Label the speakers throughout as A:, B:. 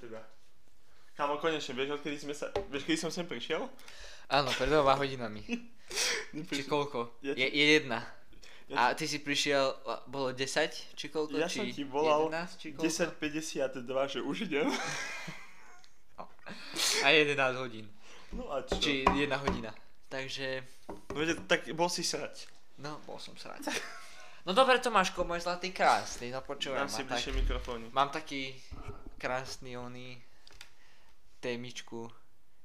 A: teda. Kámo, konečne, vieš, odkedy sme sa... Vieš, kedy som sem prišiel?
B: Áno, pred dvoma hodinami. či
A: Neprišiel.
B: koľko?
A: Ja
B: Je,
A: ti-
B: je jedna.
A: Ja,
B: A ty si prišiel, a bolo 10 či koľko?
A: ja
B: či
A: som ti volal
B: 11 či koľko?
A: 10.52, že už idem.
B: A 11 hodín.
A: No a čo?
B: Či jedna hodina. Takže,
A: No viete, tak bol si srať.
B: no, bol som srať. No dobre Tomáško, môj zlatý krásny, no
A: Dám
B: počúvaj ma
A: si
B: tak.
A: bližšie mikrofóny.
B: Mám taký krásny oný témičku,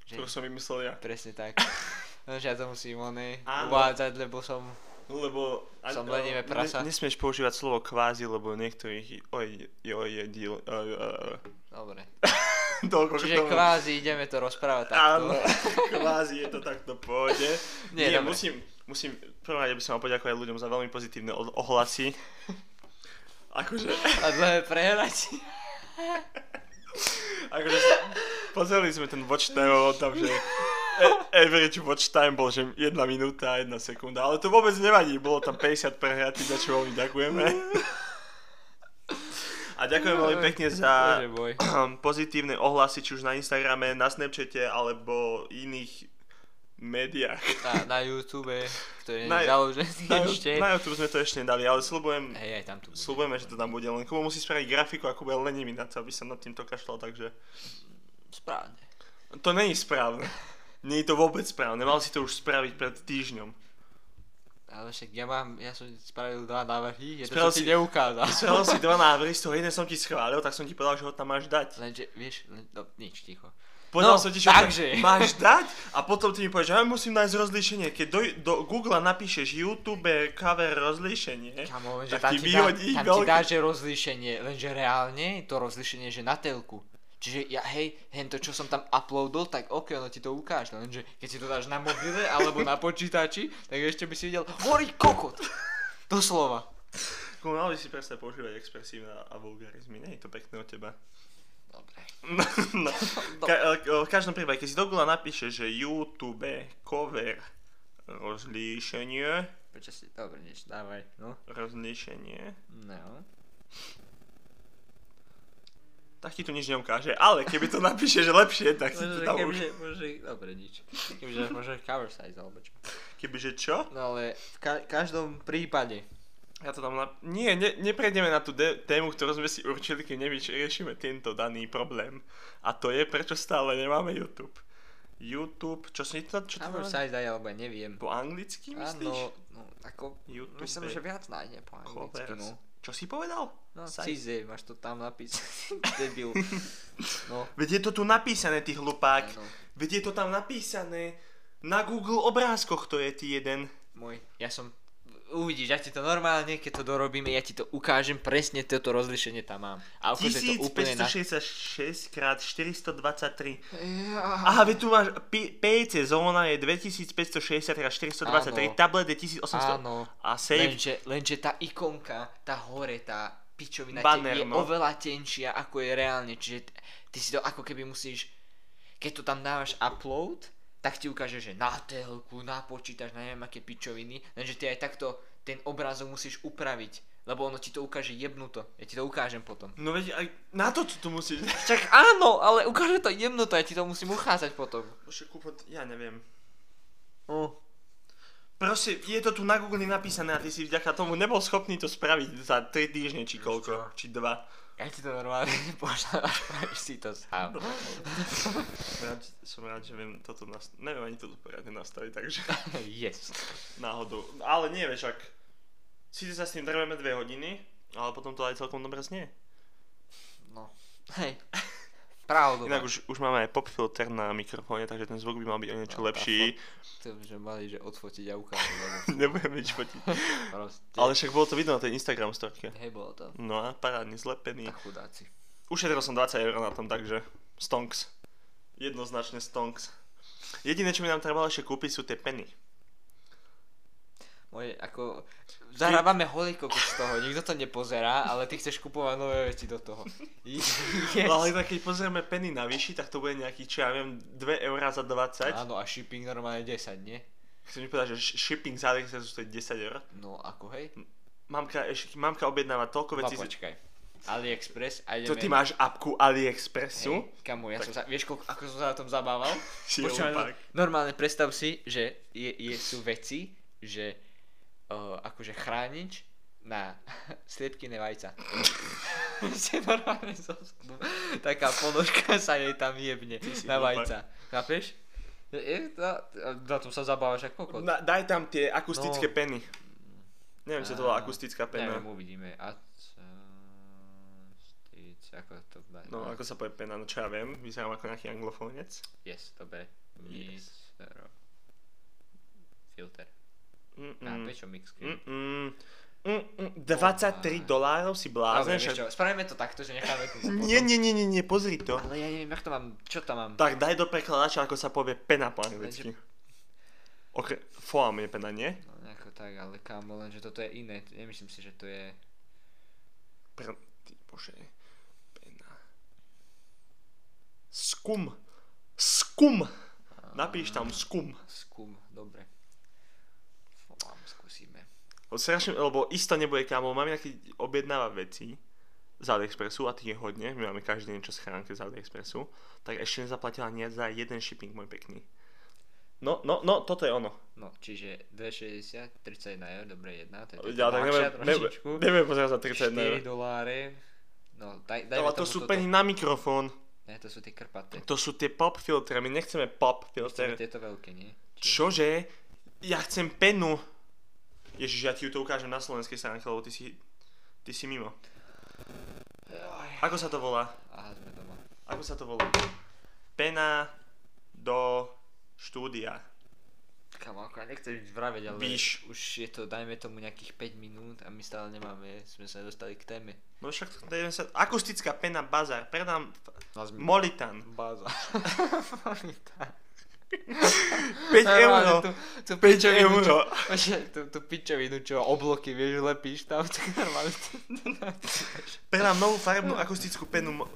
B: že
A: Ktorú som vymyslel ja.
B: presne tak. Lenže ja to musím oné
A: Áno.
B: uvádzať, lebo som...
A: Lebo...
B: Som lenivé prasa.
A: Ne, nesmieš používať slovo kvázi, lebo niektorých... Oj, joj, je diel... oj, oj, oj.
B: Dobre.
A: Toľko k
B: Čiže
A: tomu.
B: kvázi ideme to rozprávať
A: Áno,
B: takto.
A: kvázi je to takto pôjde.
B: Nie,
A: Nie,
B: dobre.
A: musím, musím, prvom rade by som mal poďakovať ľuďom za veľmi pozitívne od- ohlasy. Akože,
B: A dlhé prehrať.
A: akože, pozreli sme ten watch time, bolo tam, že e- average watch time bol, že jedna minúta a jedna sekunda, ale to vôbec nevadí, bolo tam 50 prehratých, za čo veľmi ďakujeme. A ďakujem veľmi pekne za
B: Bože boj.
A: pozitívne ohlasy, či už na Instagrame, na Snapchate, alebo iných médiách.
B: Na, na YouTube, ktorý je
A: Na-
B: založený
A: Na,
B: ešte.
A: na YouTube sme to ešte nedali, ale slubujem,
B: Hej, aj tam tu bude.
A: slubujeme, že to tam bude, len Kubo musí spraviť grafiku a Kubo je lenivý na to, aby sa nad týmto kašľal, takže
B: Správne.
A: to není správne. Nie je to vôbec správne, mal si to už spraviť pred týždňom.
B: Ale však ja mám, ja som spravil dva návrhy, jeden
A: Spravil
B: som ti
A: si-
B: neukázal.
A: Spravil si dva návrhy, z toho jeden som ti schválil, tak som ti povedal, že ho tam máš dať.
B: Lenže, vieš, len, no, nič, ticho.
A: Povedal
B: No,
A: som ti, že
B: takže.
A: máš dať a potom ty mi povieš, že ja musím nájsť rozlíšenie. Keď do, do Google napíšeš YouTube cover rozlíšenie,
B: Kámo, lenže
A: Tak
B: tam
A: ti
B: ti, dá,
A: vyhodí
B: tam ti
A: veľký-
B: dá, že rozlíšenie, lenže reálne je to rozlíšenie, že na telku. Čiže ja, hej, hen to, čo som tam uploadol, tak ok, ono ti to ukáže, lenže keď si to dáš na mobile alebo na počítači, tak ešte by si videl, horí kokot! Doslova.
A: Kubo, mal by si prestať používať expresívne a vulgarizmy, nie je to pekné od teba.
B: Dobre.
A: No, no. Ka- e, v každom prípade, keď si do Google napíše, že YouTube cover rozlíšenie,
B: Prečo si, dobre, nič, dávaj, no.
A: rozlíšenie,
B: No.
A: tak ti tu nič neukáže, ale keby to napíšeš lepšie, tak ti to tam už...
B: môže, dobre, nič. Kebyže, môže cover size, alebo čo.
A: Kebyže čo?
B: No ale v ka- každom prípade.
A: Ja to tam nap... Nie, ne, neprejdeme na tú de- tému, ktorú sme si určili, keď nevyriešime tento daný problém. A to je, prečo stále nemáme YouTube. YouTube, čo si to... Čo to
B: Cover
A: máme?
B: size, aj, alebo ja neviem.
A: po anglicky myslíš?
B: Áno, no, ako,
A: YouTube.
B: myslím, že viac nájde po anglicky,
A: Covers.
B: no.
A: Čo si povedal?
B: No,
A: Size.
B: Cize, máš to tam napísané, debil. No,
A: Veď je to tu napísané, ty hlupák.
B: áno,
A: Veď je to tam napísané. Na Google obrázkoch to je ty jeden.
B: môj, ja som, uvidíš, ja ti to normálne, keď to dorobíme, ja ti to ukážem, presne toto rozlišenie tam mám. A akože to úplne na...
A: 1566 krát 423.
B: Ja.
A: Aha, veď tu máš P- PC zóna je 2560 krát 423,
B: Áno.
A: tablet je 1800
B: Áno,
A: a save
B: lenže, lenže tá ikonka, tá hore, tá pičovina
A: Banner,
B: te- je
A: no.
B: oveľa tenšia, ako je reálne, čiže t- ty si to ako keby musíš, keď to tam dávaš upload, tak ti ukáže, že na telku, na počítač, na neviem aké pičoviny, lenže ty aj takto ten obrázok musíš upraviť, lebo ono ti to ukáže jebnuto, ja ti to ukážem potom.
A: No veď aj na to, čo tu musíš...
B: Však áno, ale ukáže to jebnuto, ja ti to musím uchádzať potom.
A: Bože, kúpo, ja neviem.
B: Uh.
A: Proste, je to tu na Google napísané a ty si vďaka tomu nebol schopný to spraviť za 3 týždne, či koľko, či 2.
B: Ja ti to normálne pošlem a spravíš si to sám.
A: Som rád, som rád, že viem toto nastaviť. Neviem ani toto poriadne nastaviť, takže
B: Yes.
A: náhodou. Ale nie, vieš, ak... Síce sa s tým trveme dve hodiny, ale potom to aj celkom dobre znie.
B: No. Hej. Pravdu. no.
A: Inak už, už máme aj popfilter na mikrofóne, takže ten zvuk by mal byť o niečo
B: No, tá
A: lepší.
B: To, že mali, že odfotiť a ukázať. lebo
A: Nebudem nič fotiť.
B: Proste.
A: Ale však bolo to vidno na tej Instagram storke.
B: Hej, bolo to.
A: No a parádne zlepený.
B: Tak chudáci.
A: Ušetril som 20 eur na tom, takže stonks. Jednoznačne stonks. Jediné, čo mi nám trebalo ešte kúpiť, sú tie peny.
B: Moje, ako... Zarábame holý kokos z toho, nikto to nepozerá, ale ty chceš kupovať nové veci do toho. Yes.
A: No ale tak keď pozrieme peny na vyši, tak to bude nejaký, čo ja viem, 2 eurá za 20.
B: Áno, a shipping normálne 10, nie?
A: Chcem mi povedať, že sh- shipping za AliExpress stojí 10 eur.
B: No, ako hej?
A: Mamka, ešte, mamka objednáva toľko
B: Ma
A: vecí,
B: počkaj. AliExpress a ideme...
A: To ty máš apku AliExpressu?
B: Hej, kamo, ja som sa, vieš, koľko, ako som sa na tom zabával?
A: Si
B: Počúvaj,
A: opak.
B: normálne predstav si, že je, je, sú veci, že uh, akože chránič na sliepkine vajca. Ste normálne zosnú. Taká ponožka sa jej tam jebne
A: si
B: na
A: hlupák.
B: vajca. Chápeš? Je- je to- Na tom sa zabávaš ako kokot.
A: Na, daj tam tie akustické
B: No.
A: peny. Neviem, čo to bola
B: Á,
A: akustická
B: Neviem,
A: pena.
B: uvidíme. A stic, ako to dá.
A: No, ako sa povie pena, no čo ja viem, vyzerám ako nejaký anglofónec.
B: Yes, dobre.
A: Yes.
B: Mixero. Filter. A
A: Mm-mm.
B: prečo mix?
A: Mm-mm. Mm-mm. 23 dolárov si
B: Dobre,
A: blázen,
B: vieš čo,
A: však...
B: spravíme to takto, že necháme tu potom.
A: Nie, nie, nie, nie, nie, pozri to.
B: Ale ja neviem, jak to mám, čo tam mám.
A: Tak daj do prekladača, ako sa povie pena po anglicky. Okre, foam je pena, nie?
B: No nejako tak, ale kámo, lenže toto je iné. Nemyslím si, že to je...
A: Pr... Ty bože. Pena. Skum. Skum. Napíš tam skum.
B: Skum, ehm, dobre. Volám, skúsime.
A: Lebo Strašne, lebo isto nebude kámo, mám nejaký objednáva veci z AliExpressu a tých je hodne, my máme každý niečo schránke z AliExpressu, tak ešte nezaplatila nie za jeden shipping, môj pekný. No, no, no, toto je ono.
B: No, čiže 2,60, 31 eur, dobre, jedna. To je
A: Ja tak neviem, neviem, neviem pozerať za 30 eur.
B: 4 doláre. No, daj, daj
A: Ale to sú peny na mikrofón.
B: Ne, to sú tie krpaté.
A: To sú tie pop filtre, my nechceme pop
B: Chceme
A: filtre.
B: tieto veľké, nie?
A: Čože? Ja chcem penu. Ježiš, ja ti ju to ukážem na slovenskej stránke, lebo ty si, ty si mimo. Ako sa to volá?
B: Aha, sme doma.
A: Ako sa to volá? Pena do štúdia.
B: Kamo, ako ja nechcem nič vraveť, ale
A: Víš.
B: už je to, dajme tomu nejakých 5 minút a my stále nemáme, sme sa nedostali k téme.
A: No však to je sa... Akustická pena bazar. Predám v-
B: Nás mi-
A: Molitan.
B: Báza.
A: 5 eur.
B: Tu, tu
A: 5
B: pičovinu,
A: eur.
B: čo- Počkaj, tu, tu pičovinu, čo obloky, vieš, lepíš tam, tak normálne.
A: Predám novú farebnú akustickú penu mo-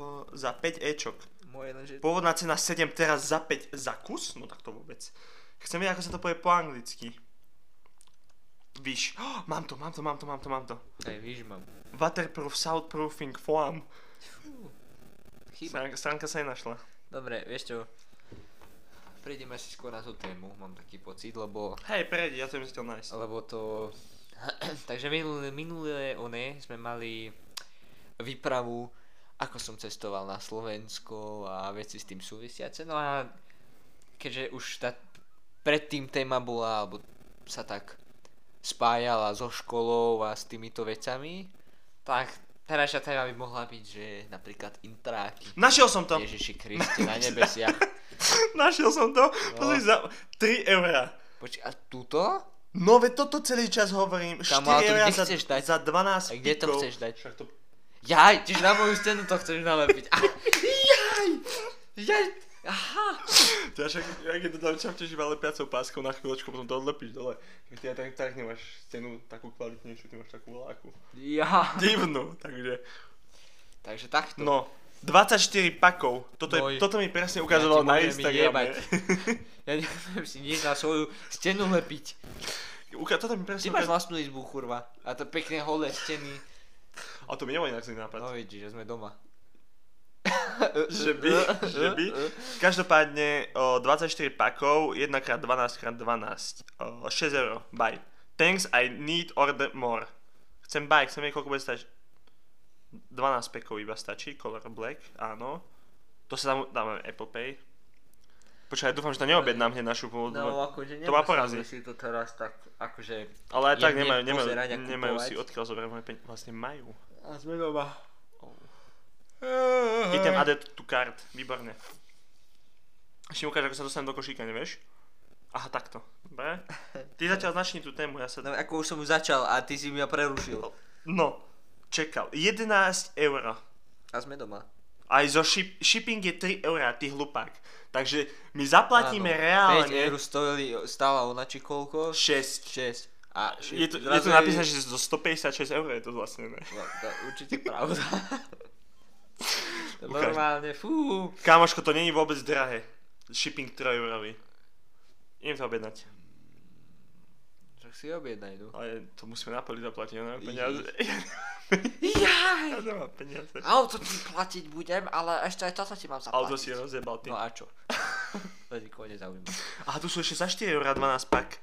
A: o, za 5 ečok.
B: Moje lenže...
A: Pôvodná cena 7, teraz za 5 za kus? No tak to vôbec. Chcem vedieť, ako sa to povie po anglicky. Víš. Oh, mám to, mám to, mám to, mám to, mám to.
B: Aj, víš, mám.
A: Waterproof, soundproofing, foam.
B: Chyba.
A: Stránka, stránka sa nenašla.
B: Dobre, vieš čo? Prejdeme asi skôr na tú tému, mám taký pocit, lebo
A: Hej, prejdi, ja to im chcel nájsť.
B: lebo to... Takže minulé, minulé one sme mali výpravu, ako som cestoval na Slovensko a veci s tým súvisiace. No a keďže už tá predtým téma bola, alebo sa tak spájala so školou a s týmito vecami, tak terajšia téma by mohla byť, že napríklad intráky.
A: Našiel som No to.
B: Ježiši Kriste na nebesiach.
A: Našiel som to. Pozri
B: No.
A: za 3 eurá.
B: Počkaj, a túto?
A: No veď toto celý čas hovorím.
B: Kam,
A: 4
B: ale to
A: eurá
B: kde
A: za,
B: chceš dať?
A: za 12
B: A kde to
A: pikov.
B: chceš dať?
A: Však to...
B: Jaj, čiže na moju stenu to chceš nalepiť. Ah, jaj! Jaj! Aha!
A: Ja však, ja keď to tam čapteš iba lepiacou páskou na chvíľočku, potom to odlepíš dole. Keď ty aj tak, tak nemáš stenu takú kvalitnejšiu, ty máš takú voláku.
B: Ja.
A: Divnú, takže...
B: Takže takto.
A: No, 24 pakov. Toto,
B: Boj.
A: je, toto mi presne
B: Ja
A: ukazoval
B: ti
A: na
B: budem jebať.
A: Instagrame.
B: Ja neviem si nič na svoju stenu lepiť.
A: Uka- toto mi presne
B: Ty máš
A: ukázal.
B: vlastnú izbu, kurva. A to pekné holé steny.
A: A to mi nebol inak zlý nápad.
B: No vidíš, že sme doma.
A: Že by, že by. Každopádne o, 24 pakov, 1x12x12. 6 eur, buy. Thanks, I need order more. Chcem buy, chcem vedieť, koľko bude stať. 12 pekov iba stačí, color black, áno. To sa tam dáme Apple Pay. Počkaj, dúfam, že to neobjednám hneď našu pôvodu.
B: No akože
A: To ma porazí.
B: nemusíme si to teraz tak akože...
A: Ale aj tak
B: jemne
A: nemajú, nemajú,
B: pozerať a
A: nemajú
B: kupovať.
A: si odkiaľ zobrať moje peniaze. Vlastne majú.
B: A sme doma.
A: Idem add to card, výborne. Ešte mi ukáž, ako sa dostanem do košíka, nevieš? Aha, takto. Dobre. Ty zatiaľ začni tú tému, ja sa...
B: No ako už som už začal a ty si mňa prerušil.
A: No, čekal. 11 eur.
B: A sme doma.
A: Aj zo ship- shipping je 3 eur, ty hlupák. Takže my zaplatíme
B: Áno.
A: reálne
B: 5 eur stojili, stála ona či koľko?
A: 6.
B: 6. A šesť-
A: Je to, je
B: zrazu
A: to napísané, že zo 156 eur je to vlastne. Ne?
B: No, to je určite pravda.
A: Ukáž.
B: Normálne, fú.
A: Kámoško, to není vôbec drahé. Shipping 3 eurový. Idem to objednať.
B: Tak si objednaj, no.
A: Ale to musíme na poli zaplatiť, ja nemám peniaze. Ja
B: Jaj!
A: nemám peniaze.
B: Auto ti platiť budem, ale ešte aj toto ti mám zaplatiť.
A: Auto si rozjebal ty.
B: No a čo? To nikoho nezaujíma.
A: A tu sú ešte za 4 eurá 12 pak.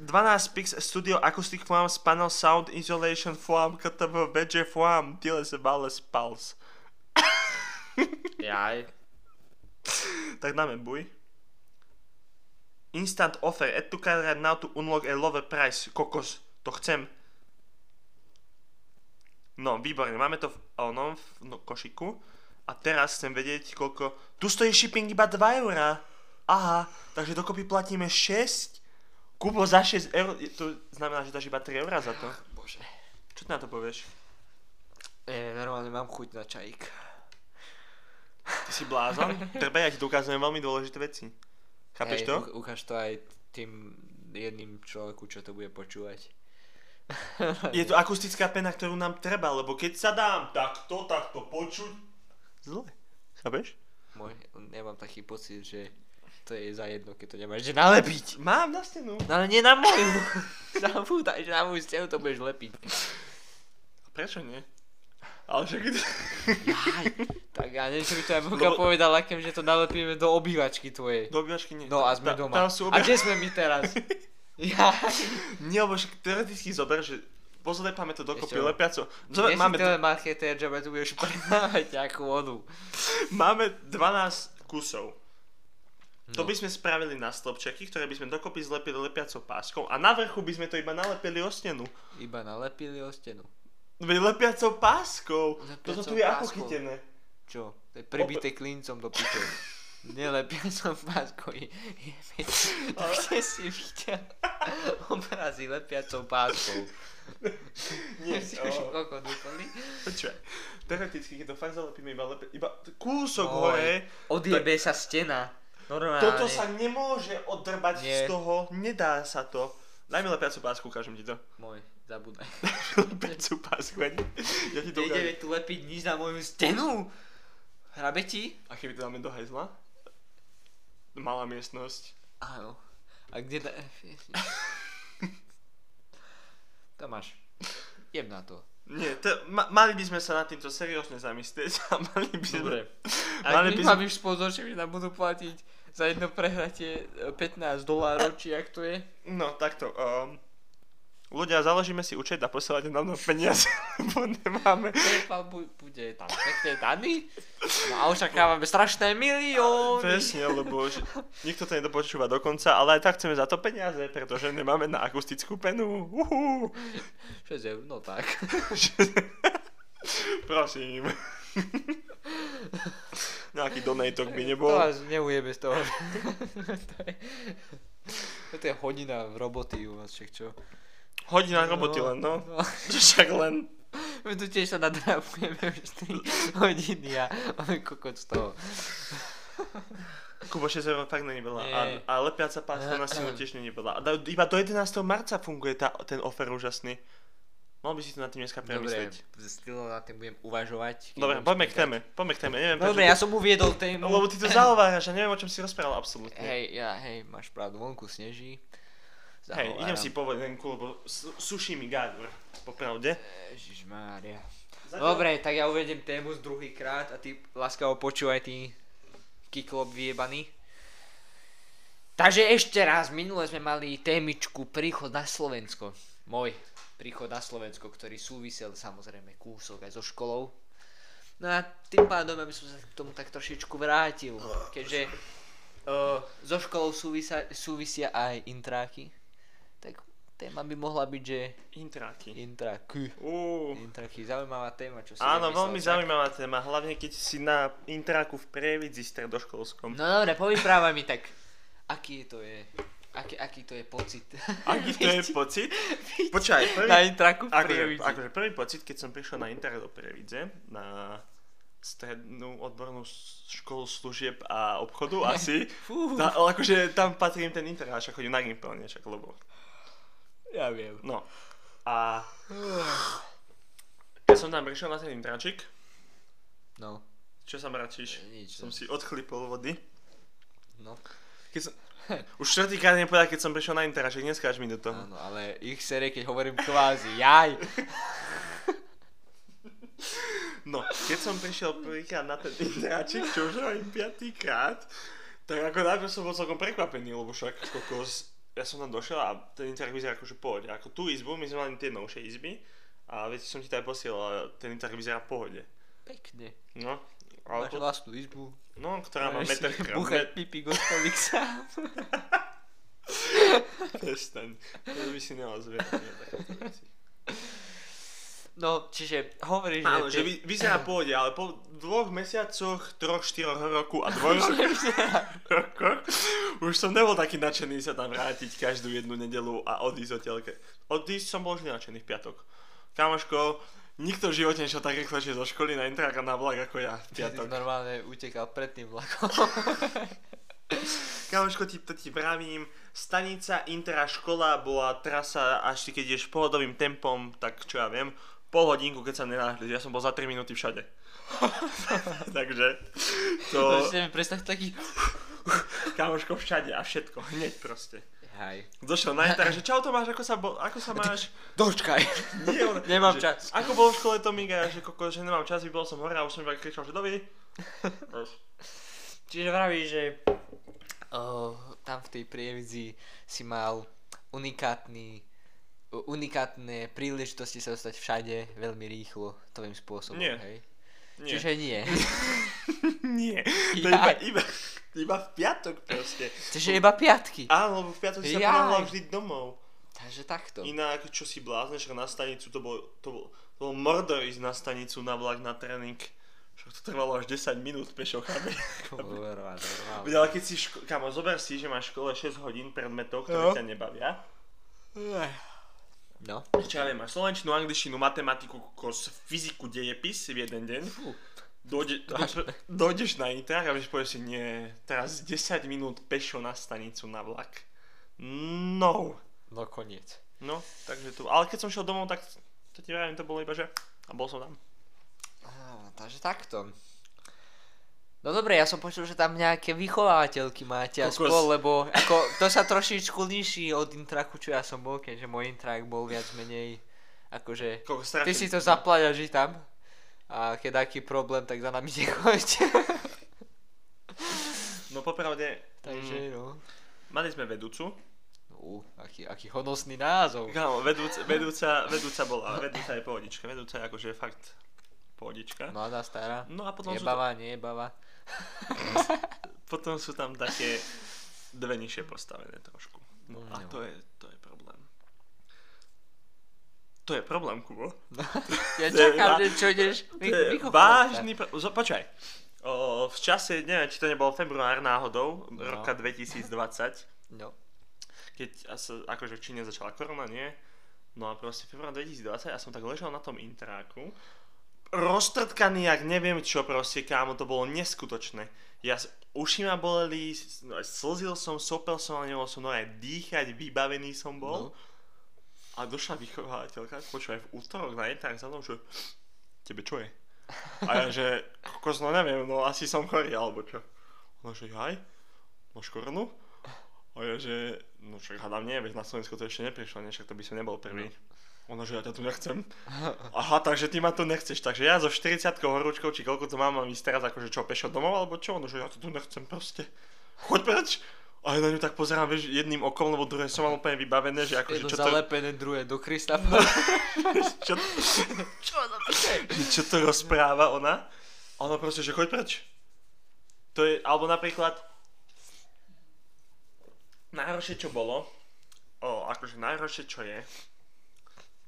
A: 12 pix Studio Acoustic Foam Panel Sound Isolation Foam KTV BJ Foam Diles Vales Pals.
B: Jaj.
A: Tak dáme buj. Instant offer add to cart right now to unlock a lower price. Kokos, to chcem. No, výborne, máme to v onom, v no, košiku. A teraz chcem vedieť, koľko... Tu stojí shipping iba 2 eurá. Aha, takže dokopy platíme 6. Kubo za 6 eur, je- to znamená, že dáš iba 3 eurá za to.
B: Bože.
A: Čo ty na to povieš?
B: Neviem, normálne mám chuť na čajík.
A: Ty si blázon? Treba, ja ti dokázujem veľmi dôležité veci. Chápeš
B: Hej,
A: to?
B: u- ukáž to aj tým jedným človeku, čo to bude počúvať.
A: Je to akustická pena, ktorú nám treba, lebo keď sa dám takto, takto počuť... Zle. Chápeš?
B: Môj, nemám taký pocit, že to je za jedno, keď to nemáš že nalepiť.
A: Mám na stenu.
B: No ale nie na moju. Zabúdaj, že na moju stenu to budeš lepiť.
A: Prečo nie? Ale však...
B: Jaj. Tak ja neviem, čo by to aj Bohka
A: Lebo-
B: povedala, kým, že to nalepíme do obývačky tvojej.
A: Do obývačky nie.
B: No a sme
A: Ta- Tam
B: doma.
A: sú
B: A
A: obývačky.
B: kde sme my teraz? Jaj.
A: Nie, lebo však teoreticky zober, že pozlepáme to dokopy
B: Ešte-
A: lepiaco. Zober,
B: Zober,
A: máme,
B: máme
A: d-
B: telemarketer, že ma tu budeš predávať nejakú vodu.
A: máme 12 kusov. To
B: No.
A: by sme spravili na stĺpčeky, ktoré by sme dokopy zlepili lepiacou páskou a na vrchu by sme to iba nalepili o stenu.
B: Iba nalepili o stenu.
A: Veď Lepiacou páskou. Toto
B: Lepiacou
A: tu je ako
B: páskou.
A: chytené.
B: Čo? To je prebité klincom do piče. Nelepia som páskovi. Kde si videl obrazy lepiacou páskou?
A: Nie,
B: si
A: o-
B: už koľko úplný?
A: Počkaj, teoreticky, keď to fakt zalepíme iba, lepe, iba t- kúsok
B: Oj.
A: hore,
B: Odjebe sa stena. Normálne.
A: toto sa nemôže oddrbať z
B: Nie.
A: toho, nedá sa to. Daj mi lepiacu pásku, ukážem ti to.
B: Môj, zabudaj.
A: lepiacu pásku, ani. ja ti to ukážem.
B: Nejdeme tu lepiť nič na moju stenu. Hrabe ti?
A: A keby to dáme do hajzla? Malá miestnosť.
B: Áno. A kde da... Tomáš, jeb na to.
A: Nie, to, ma, mali by sme sa nad týmto seriózne zamyslieť a mali by sme...
B: Ale
A: Mali by
B: by mám už sponzor, že mi nám budú platiť za jedno prehratie e, 15 dolárov, či jak to je.
A: No, takto. Um, ľudia, založíme si účet a posielate nám na peniaze, lebo nemáme...
B: PayPal bu- bude tam pekne daný. No a očakávame strašné milióny.
A: Presne, lebo že nikto to nedopočúva dokonca, ale aj tak chceme za to peniaze, pretože nemáme na akustickú penu. Uhú.
B: 6 eur, no tak.
A: Prosím. Nejaký donatok by nebol.
B: To vás neujebe z toho. to, je, to je hodina v roboty u vás, však čo?
A: Hodina roboty len, no.
B: no.
A: Však len.
B: My tu tiež sa nadrapujeme už 3 hodiny a máme kokot z toho.
A: Kubo 6 eur fakt není veľa.
B: Nie.
A: A, a lepiaca páska na stenu tiež není veľa. A da- iba do 11. marca funguje tá, ten ofer úžasný. Mal by si to na tým dneska
B: Dobre,
A: premyslieť.
B: stilo na tým budem uvažovať. keď
A: Dobre,
B: budem
A: poďme k
B: spíkať.
A: téme. Poďme k téme. Neviem,
B: Dobre,
A: prečo
B: ja
A: ty-
B: som uviedol tému.
A: Lebo ty to zaováraš, ja neviem, o čom si rozprával absolútne.
B: Hej, ja, hej, máš pravdu, vonku sneží.
A: Hej,
B: Zahováram.
A: idem si po vodenku, lebo su- suší mi gádur, popravde.
B: Ježišmária. Dobre, tak ja uvedem tému z druhý krát a ty láskavo počúvaj ty kiklop vyjebaný. Takže ešte raz, minule sme mali témičku príchod na Slovensko. Môj príchod na Slovensko, ktorý súvisel samozrejme kúsok aj so školou. No a tým pádom, aby som sa k tomu tak trošičku vrátil, keďže uh, so školou súvisia, súvisia aj intráky, tak téma by mohla byť, že
A: Intráky.
B: intraky.
A: Uú.
B: Intraky, zaujímavá téma, čo si
A: Áno,
B: vymyslel,
A: veľmi
B: tak?
A: zaujímavá téma, hlavne keď si na intráku v Prievidzi stredoškolskom.
B: No dobre, povyprávaj mi tak, aký to je, aký, aký to je pocit.
A: Aký to je pocit? Počkaj, prvý,
B: Na intraku v
A: akože,
B: Prievidzi.
A: akože prvý pocit, keď som prišiel na intrak do Prievidze, na strednú odbornú s- školu služieb a obchodu asi.
B: Fú,
A: Tá, ale akože tam patrím ten intrak, však chodím na gimplne, však lebo.
B: ja viem.
A: No. A ja som tam prišiel na ten intračik,
B: No,
A: Čo sa mračíš?
B: nič.
A: Som si odchlipol vody.
B: No,
A: Keď som... Už štvrtýkrát nepovedal, keď som prišiel na Interašek, neskáž mi do toho.
B: Áno, ale ich série, keď hovorím kvázi, jaj.
A: No, keď som prišiel prvýkrát na ten Interačik, čo už hovorím piatýkrát, tak ako najprv som bol celkom prekvapený, lebo však kokos, ja som tam došiel a ten Interak vyzerá akože pohode. Ako tú izbu, my sme mali tie novšie izby a viete, som ti to aj posielal, ale ten Interak vyzerá v pohode.
B: Pekne.
A: No, ale
B: Máš
A: po...
B: vlastnú izbu.
A: no ktorá má
B: Môžeš si
A: meter
B: Búchať pipi gostolik sám.
A: Prestaň, to by si neozvedal.
B: No, čiže hovoríš,
A: Áno, že
B: že...
A: vy, vyzerá v pohode, ale po dvoch mesiacoch, troch, štyroch roku a dvoch rokoch už som nebol taký nadšený sa tam vrátiť každú jednu nedelu a odísť hotelke. Odísť som bol vždy nadšený v piatok. Kamoško, nikto v živote nešiel tak rýchlejšie zo školy na intrak a na vlak ako ja v
B: Ty si
A: piatok.
B: normálne utekal pred tým vlakom.
A: Kamoško, ti, to ti pravím, stanica Intera škola bola trasa, až ty keď ideš pohodovým tempom, tak čo ja viem, pol hodinku, keď sa nenáhli, ja som bol za 3 minúty všade. Takže
B: To
A: to,
B: si neviem predstaviť taký...
A: kamoško, všade a všetko, hneď proste.
B: Haj.
A: Došiel na Intera, že čau Tomáš, ako sa, bo, ako sa máš?
B: Dočkaj.
A: Nie, on,
B: Nemám
A: že,
B: čas.
A: Ako bol v škole Tomík a ja, že koko, že nemám čas, vybol som hore a už som iba kričal, že dovi.
B: Čiže vravíš, že oh, tam v tej prievidzi si mal unikátny unikátne príležitosti sa dostať všade veľmi rýchlo tvojim spôsobom,
A: Nie.
B: hej?
A: Nie.
B: Čiže nie.
A: nie, to iba,
B: Jaj.
A: iba, iba v piatok proste.
B: Čiže iba piatky.
A: Áno, lebo v piatok si sa
B: Jaj.
A: ponáhľal vždy domov.
B: Takže takto.
A: Inak, čo si blázneš, na stanicu, to bol, to bol, to bol mordor ísť na stanicu na vlak na tréning. Však to trvalo až 10 minút pešo, chápe?
B: Kurva, normálne.
A: Ale keď si, ško- kamo, zober si, že máš v škole 6 hodín predmetov, ktoré
B: No.
A: ťa nebavia.
B: Eh. No.
A: Čo ja viem, máš slovenčinu, angličtinu, matematiku, kokos, fyziku, dejepis v jeden deň.
B: Fú.
A: Dojde, do, dojdeš na intrak a vieš, povieš si, nie, teraz 10 minút pešo na stanicu na vlak. No.
B: No koniec.
A: No, takže tu. Ale keď som šiel domov, tak to ti vravím, to bolo iba, že... A bol som tam.
B: Á, takže takto. No dobre, ja som počul, že tam nejaké vychovávateľky máte a
A: Kokos.
B: spol, lebo ako, to sa trošičku líši od intraku, čo ja som bol, keďže môj intrak bol viac menej akože...
A: Koľko
B: Ty
A: strašne...
B: si to zaplaťa, že tam. A keď aký problém, tak za nami nechoďte.
A: No popravde,
B: Takže
A: mm,
B: no.
A: mali sme vedúcu.
B: Ú, aký, aký honosný názov.
A: Kámo, vedúca, vedúca, vedúca bola, vedúca je pohodička, vedúca je akože fakt pohodička.
B: Mladá, stará.
A: No a potom sú,
B: Jebava, nejebava.
A: potom sú tam také dve nižšie postavené trošku. No a
B: No.
A: to je, to je problém. To je problém, Kubo. To
B: Ja
A: je
B: čakám,
A: vá-
B: že čo ideš
A: To
B: vy-
A: je
B: vykopať.
A: vážny... Pro... Zo- Počkaj. O, v čase, neviem, či to nebol február náhodou,
B: No.
A: roka 2020,
B: No.
A: keď sa, akože v Číne začala korona, nie? No a proste február 2020 ja som tak ležal na tom intráku, roztrtkaný, jak neviem čo proste, kámo, to bolo neskutočné. Ja, s- uši ma boleli, s- no, slzil som, sopel som, ale nemohol som normálne dýchať, vybavený som bol.
B: No.
A: A došla vychovateľka, počúvaj, v útorok na intrák za mnou, že tebe čo je? A ja, že, kokos, no neviem, no asi som chorý, alebo čo. Ona, že jaj, máš koronu? A ja, že, no však hádam nie, veď na Slovensku to ešte neprišlo, nie, však to by som nebol prvý. Ona, že ja ťa tu nechcem. Aha, takže ty ma tu nechceš, takže ja so 40 horúčkou, či koľko to mám, mám ísť teraz akože čo, pešo domov, alebo čo? Ona, že ja to tu nechcem proste. Choď preč! A ja na ňu tak pozerám, vieš, jedným okom, lebo druhé som mal úplne vybavené, že akože
B: Jedno
A: čo to,
B: zalepené, druhé do Krista.
A: čo,
B: Čo za piče?
A: že čo to rozpráva ona. A ona proste, že choď preč. To je, alebo napríklad... Najhoršie, čo bolo, o, akože najhoršie, čo je,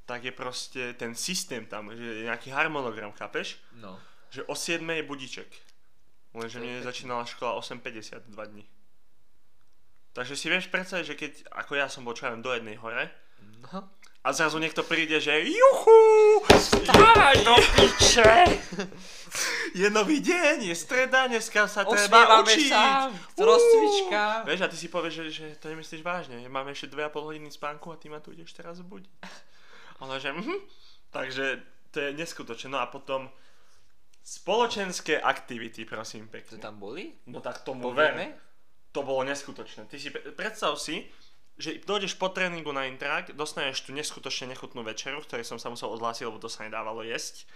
A: tak je proste ten systém tam, že je nejaký harmonogram, chápeš?
B: No.
A: Že o 7 je budiček. Lenže
B: To je
A: mne
B: pekné.
A: začínala škola 8.50 dva dní. Takže si vieš predstaviť, že keď, ako ja som bol čo ja viem, do jednej hore,
B: No.
A: a zrazu niekto príde, že juchu,
B: Dávaj do piče!
A: je nový deň, je streda, dneska sa treba
B: Osmievame
A: učiť.
B: sa,
A: Uú.
B: rozcvička.
A: Vieš, a ty si povieš, že, že to nemyslíš vážne. Máme ešte 2,5 hodiny spánku a ty ma tu ideš teraz budiť. Ona že, mhm. Takže to je neskutočné. No a potom spoločenské aktivity, prosím
B: To
A: pekne.
B: tam boli?
A: No tak tomu ver.
B: Povieme?
A: to bolo neskutočné. Ty si, pre- predstav si, že dojdeš po tréningu na intrak, dostaneš tú neskutočne nechutnú večeru, v ktorej som sa musel odhlásiť, lebo to sa nedávalo jesť.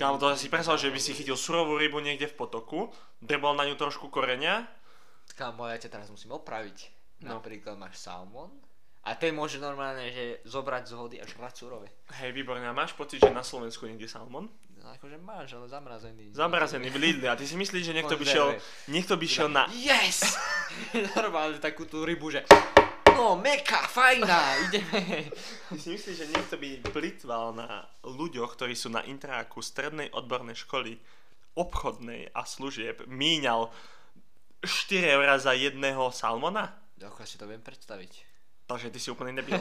A: Kámo, to si predstav, že by si chytil surovú rybu niekde v potoku, drbol na ňu trošku koreňa,
B: Kámo, ja ťa teraz musím opraviť.
A: No.
B: Napríklad máš salmon a ten môže normálne, že zobrať z vody a žrať surové.
A: hej, výborne, a máš pocit, že na Slovensku je niekde salmon?
B: No akože máš, ale zamrazený.
A: Zamrazený v Lidle a ty si myslíš, že niekto by šiel, niekto by šiel na...
B: Yes! Normálne takú tú rybu, že... No, meka, fajná, ideme.
A: Ty si myslíš, že niekto by plitval na ľuďoch, ktorí sú na intráku strednej odbornej školy obchodnej a služieb, míňal 4 eurá za jedného salmona?
B: Dokonca si to viem predstaviť.
A: Takže ty si úplný debil.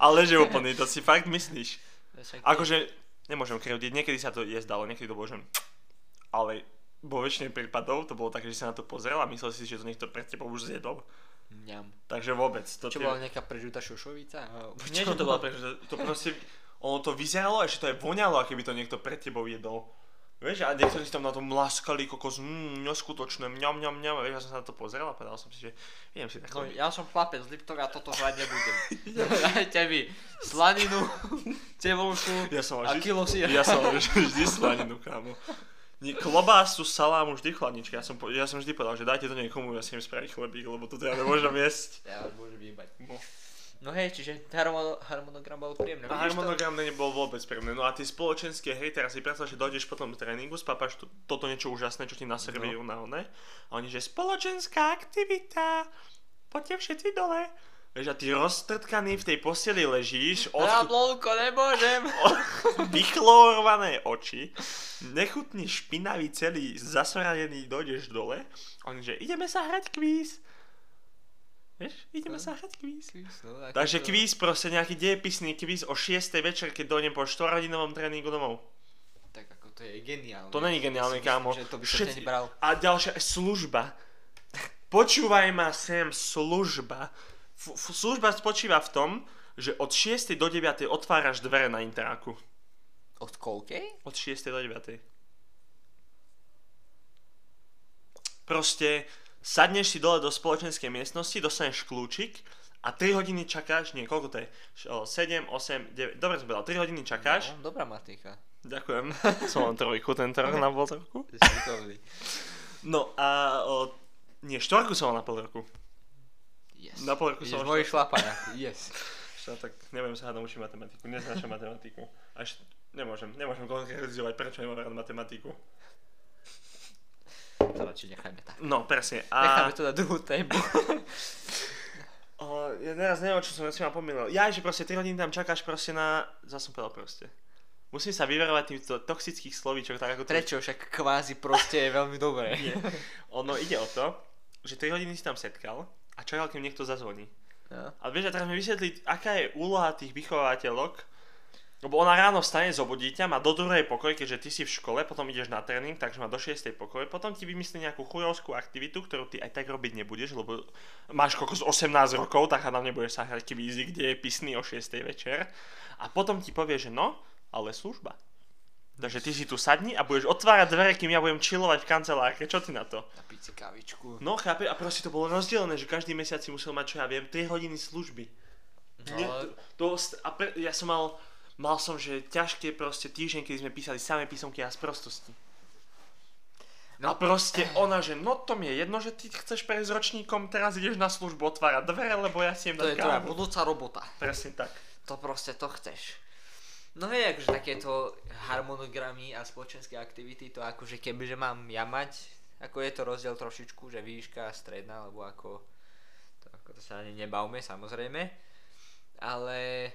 A: Ale že úplný, to si fakt myslíš.
B: Však-
A: Akože, nemôžem krivdiť, niekedy sa to je zdalo, niekedy to bolo, že... Ale vo väčšine prípadov to bolo tak, že si na to pozrel a myslel si, že to niekto pred tebou už zjedol.
B: Mňam.
A: Takže vôbec. To
B: Čo
A: tie-
B: bola nejaká prežutá šošovica? Alebo
A: Nie,
B: čo?
A: že to bolo preč, že to proste, ono to vyzeralo, ešte to aj voňalo, aké by to niekto pred tebou jedol. Vieš, a niektorí si tam na tom laskali, kokos, mm, neskutočné, mňam, mňam, mňam, a vieš, ja som sa na to pozrel a povedal som si, že idem si tak
B: No,
A: robiť.
B: ja som chlapec z Liptova a toto hrať nebudem. Dajte mi slaninu, cebulku
A: Ja som
B: a
A: mal vždy,
B: kilo síra.
A: ja som mal vždy, vždy slaninu, kámo. Nie, klobásu, salám už vždy chladnička. Ja som, po- ja som vždy povedal, že dajte to niekomu, ja si im spravím chlebík, lebo toto ja nemôžem jesť.
B: Ja už môžem vyjebať.
A: No.
B: No hej, čiže harmono- harmonogram bol príjemný.
A: A harmonogram nebol vôbec pre mňa. No a tie spoločenské hry, teraz si predstav, že dojdeš po tom tréningu, spápaš to, toto niečo úžasné, čo ti naservírujú na one. A oni, že spoločenská aktivita, poďte všetci dole. Vieš, a ty roztrtkaný v tej posteli ležíš, od...
B: No Jablonko, nemôžem.
A: vychlorované oči, nechutný, špinavý, celý, zasradený, dojdeš dole. A oni, že ideme sa hrať kvíz. Vieš, ideme
B: No.
A: sa hrať kvíz.
B: No, ako
A: Takže
B: to-
A: kvíz, proste nejaký dejepisný kvíz o 6. večer, keď dojdem po 4-hodinovom tréningu domov.
B: Tak ako to je geniálne.
A: To není geniálne,
B: Si myslím,
A: kámo.
B: Že to by som
A: Všetci-
B: ťa nebral.
A: A ďalšia služba. Počúvaj ma sem, služba. F- f- služba spočíva v tom, že od 6. do 9. otváraš dvere na interáku.
B: Od koľkej?
A: Od 6. do 9. Proste sadneš si dole do spoločenskej miestnosti, dostaneš kľúčik a 3 hodiny čakáš, nie, koľko to je? Š- o, 7, 8, 9, dobre som povedal, 3 hodiny čakáš.
B: No, dobrá matika.
A: Ďakujem, som mám trojku tento rok na pol roku.
B: Ty si šikovný.
A: No a o, nie, štvorku som mal na pol roku.
B: Yes.
A: Na pol roku som až-
B: Vidíš, moji šlapania. Yes.
A: Čo, tak neviem sa hádam učiť matematiku, neznášam matematiku. Až nemôžem, nemôžem konkretizovať, prečo nemám rád matematiku.
B: To radšej nechajme tak.
A: No, presne. A
B: Necháme to na druhú tému.
A: o, ja teraz neviem, čo som si ma pomýlil. Ja, že proste 3 hodiny tam čakáš proste na... Zas som povedal proste. Musím sa vyverovať týchto toxických slovíčok, tak ako to
B: Prečo však kvázi proste je veľmi dobré.
A: je. Ono ide o to, že 3 hodiny si tam setkal a čakal, kým niekto zazvoní.
B: No.
A: A vieš, a teraz mi vysvetliť, aká je úloha tých vychovateľok, lebo ona ráno vstane, zobudí ťa, má do druhej pokoj, keďže ty si v škole, potom ideš na tréning, takže má do 6. pokoj, potom ti vymyslí nejakú chujovskú aktivitu, ktorú ty aj tak robiť nebudeš, lebo máš kokos 18 rokov, tak hádam nebudeš sa hrať kvízy, kde je pisný o 6. večer. A potom ti povie, že no, ale služba. Takže ty si tu sadni a budeš otvárať dvere, kým ja budem čilovať v kancelárke. Čo ty na to?
B: Na pici kavičku.
A: No, chápe, a proste to bolo rozdelené, že každý mesiac si musel mať, čo ja viem, 3 hodiny služby.
B: No,
A: Nie,
B: ale-
A: to, to, st- a pre, ja som mal, mal som, že ťažké proste týždeň, kedy sme písali samé písomky a z prostosti. No.
B: No.
A: A proste ona, že no to mi je jedno, že ty chceš prejsť s ročníkom, teraz ideš na službu otvárať dvere, lebo ja si jem
B: To je
A: dať
B: tvoja
A: kávu.
B: budúca robota.
A: Presne tak.
B: To proste to chceš. No hej, akože takéto harmonogramy a spoločenské aktivity, to akože kebyže mám ja mať, ako je to rozdiel trošičku, že výška, stredná, alebo ako, to, ako to sa ani nebavme, samozrejme. Ale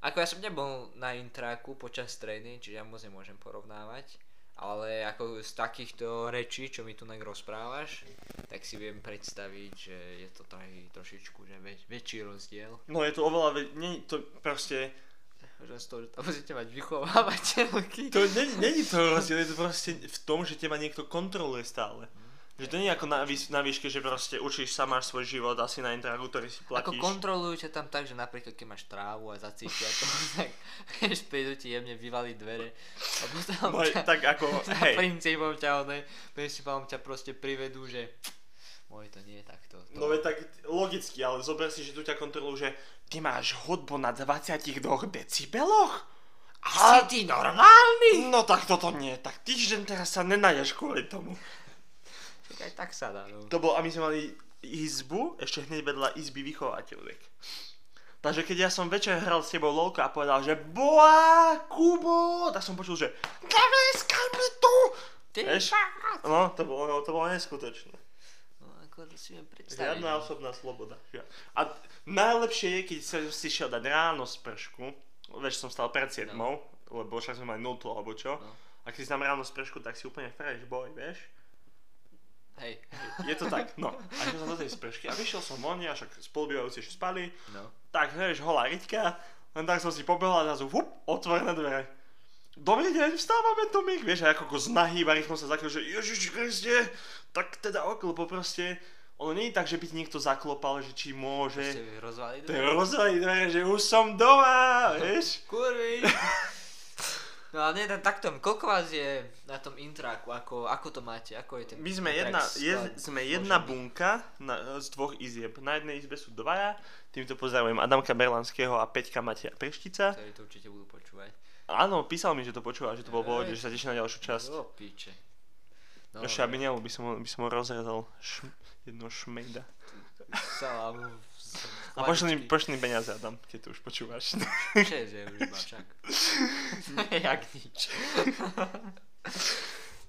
B: ako ja som nebol na intraku počas strednej, čiže ja moc nemôžem porovnávať. Ale ako z takýchto rečí, čo mi tu tak rozprávaš, tak si viem predstaviť, že je to taký trošičku že väč- väčší rozdiel.
A: No je to oveľa, ve- nie, to proste,
B: Že z toho, že tam budete mať vychovávateľky.
A: to není, není to rozdiel, je to proste v tom, že teba niekto kontroluje stále. Že to nie je ako na, výs- na výške, že proste učíš sa, máš svoj život asi na intraku, ktorý si
B: Ako
A: platíš.
B: kontrolujú ťa tam tak, že napríklad keď máš trávu a zacítia to, tak vieš, prídu ti jemne vyvali dvere a potom
A: Moj,
B: ťa,
A: tak ako,
B: za
A: hej,
B: princípom ťa, one, princípom ťa proste privedú, že Môj to nie je takto. To...
A: No veď tak logicky, ale zober si, že tu ťa kontrolujú, že ty máš hudbu na 22 decibeloch?
B: Si ty normálny?
A: No tak toto nie, tak týždeň teraz sa nenaješ kvôli tomu.
B: Tak aj tak sa dá, no.
A: To bolo, a my sme mali izbu, ešte hneď vedľa izby vychovateľiek. Takže keď ja som večer hral s tebou lolko a povedal, že boa, Kubo, tak som počul, že Gavleska mi tu!
B: Ty
A: Vieš?
B: fakt?
A: No, to bolo, no, to bolo neskutočné.
B: No ako to si viem predstaviť.
A: Žiadna
B: no.
A: osobná sloboda. Žia- A t- najlepšie je, keď sa si šiel dať ráno z pršku, vieš, som stal pred 7, lebo však sme mali nutlo alebo čo.
B: No.
A: A keď si tam ráno z pršku, tak si úplne fresh boy, vieš?
B: Hej.
A: Je to tak, no. A išiel som do tej spršky a vyšiel som von, ja však spolubývajúci ešte spali,
B: No.
A: tak vieš, holá riťka, len tak som si pobehol a zrazu, hup, otvorené dvere. Dobrý deň, vstávame Tomík, vieš, a ako ko znahý, iba rýchlo sa zakryl, že Ježiš Kriste, tak teda oklopo proste. Ono nie je tak, že by ti niekto zaklopal, že či môže.
B: Ste rozvali
A: To je rozvali dvere, že už som doma, vieš.
B: Kurvy. No a nie, tam takto, koľko vás je na tom intraku, ako, ako to máte, ako je ten
A: My sme
B: intrak
A: jedna, je,
B: sklad-
A: sme jedna
B: zložený?
A: bunka na, z dvoch izieb. Na jednej izbe sú dvaja, týmto pozdravujem Adamka Berlanského a Peťka Mateja Preštica.
B: Ktorí to určite budú počúvať.
A: Áno, písal mi, že to počúva, že to bol pohode, že sa teší na ďalšiu časť.
B: Do piče. No,
A: Ešte aby nebol, by som, ho- by som ho rozrezal šm, jedno šmejda.
B: Salámu. z-
A: A pošli mi,
B: chladičky.
A: pošli mi peniaze, Adam, keď to už počúvaš.
B: Šesť eur iba, čak. Jak nič.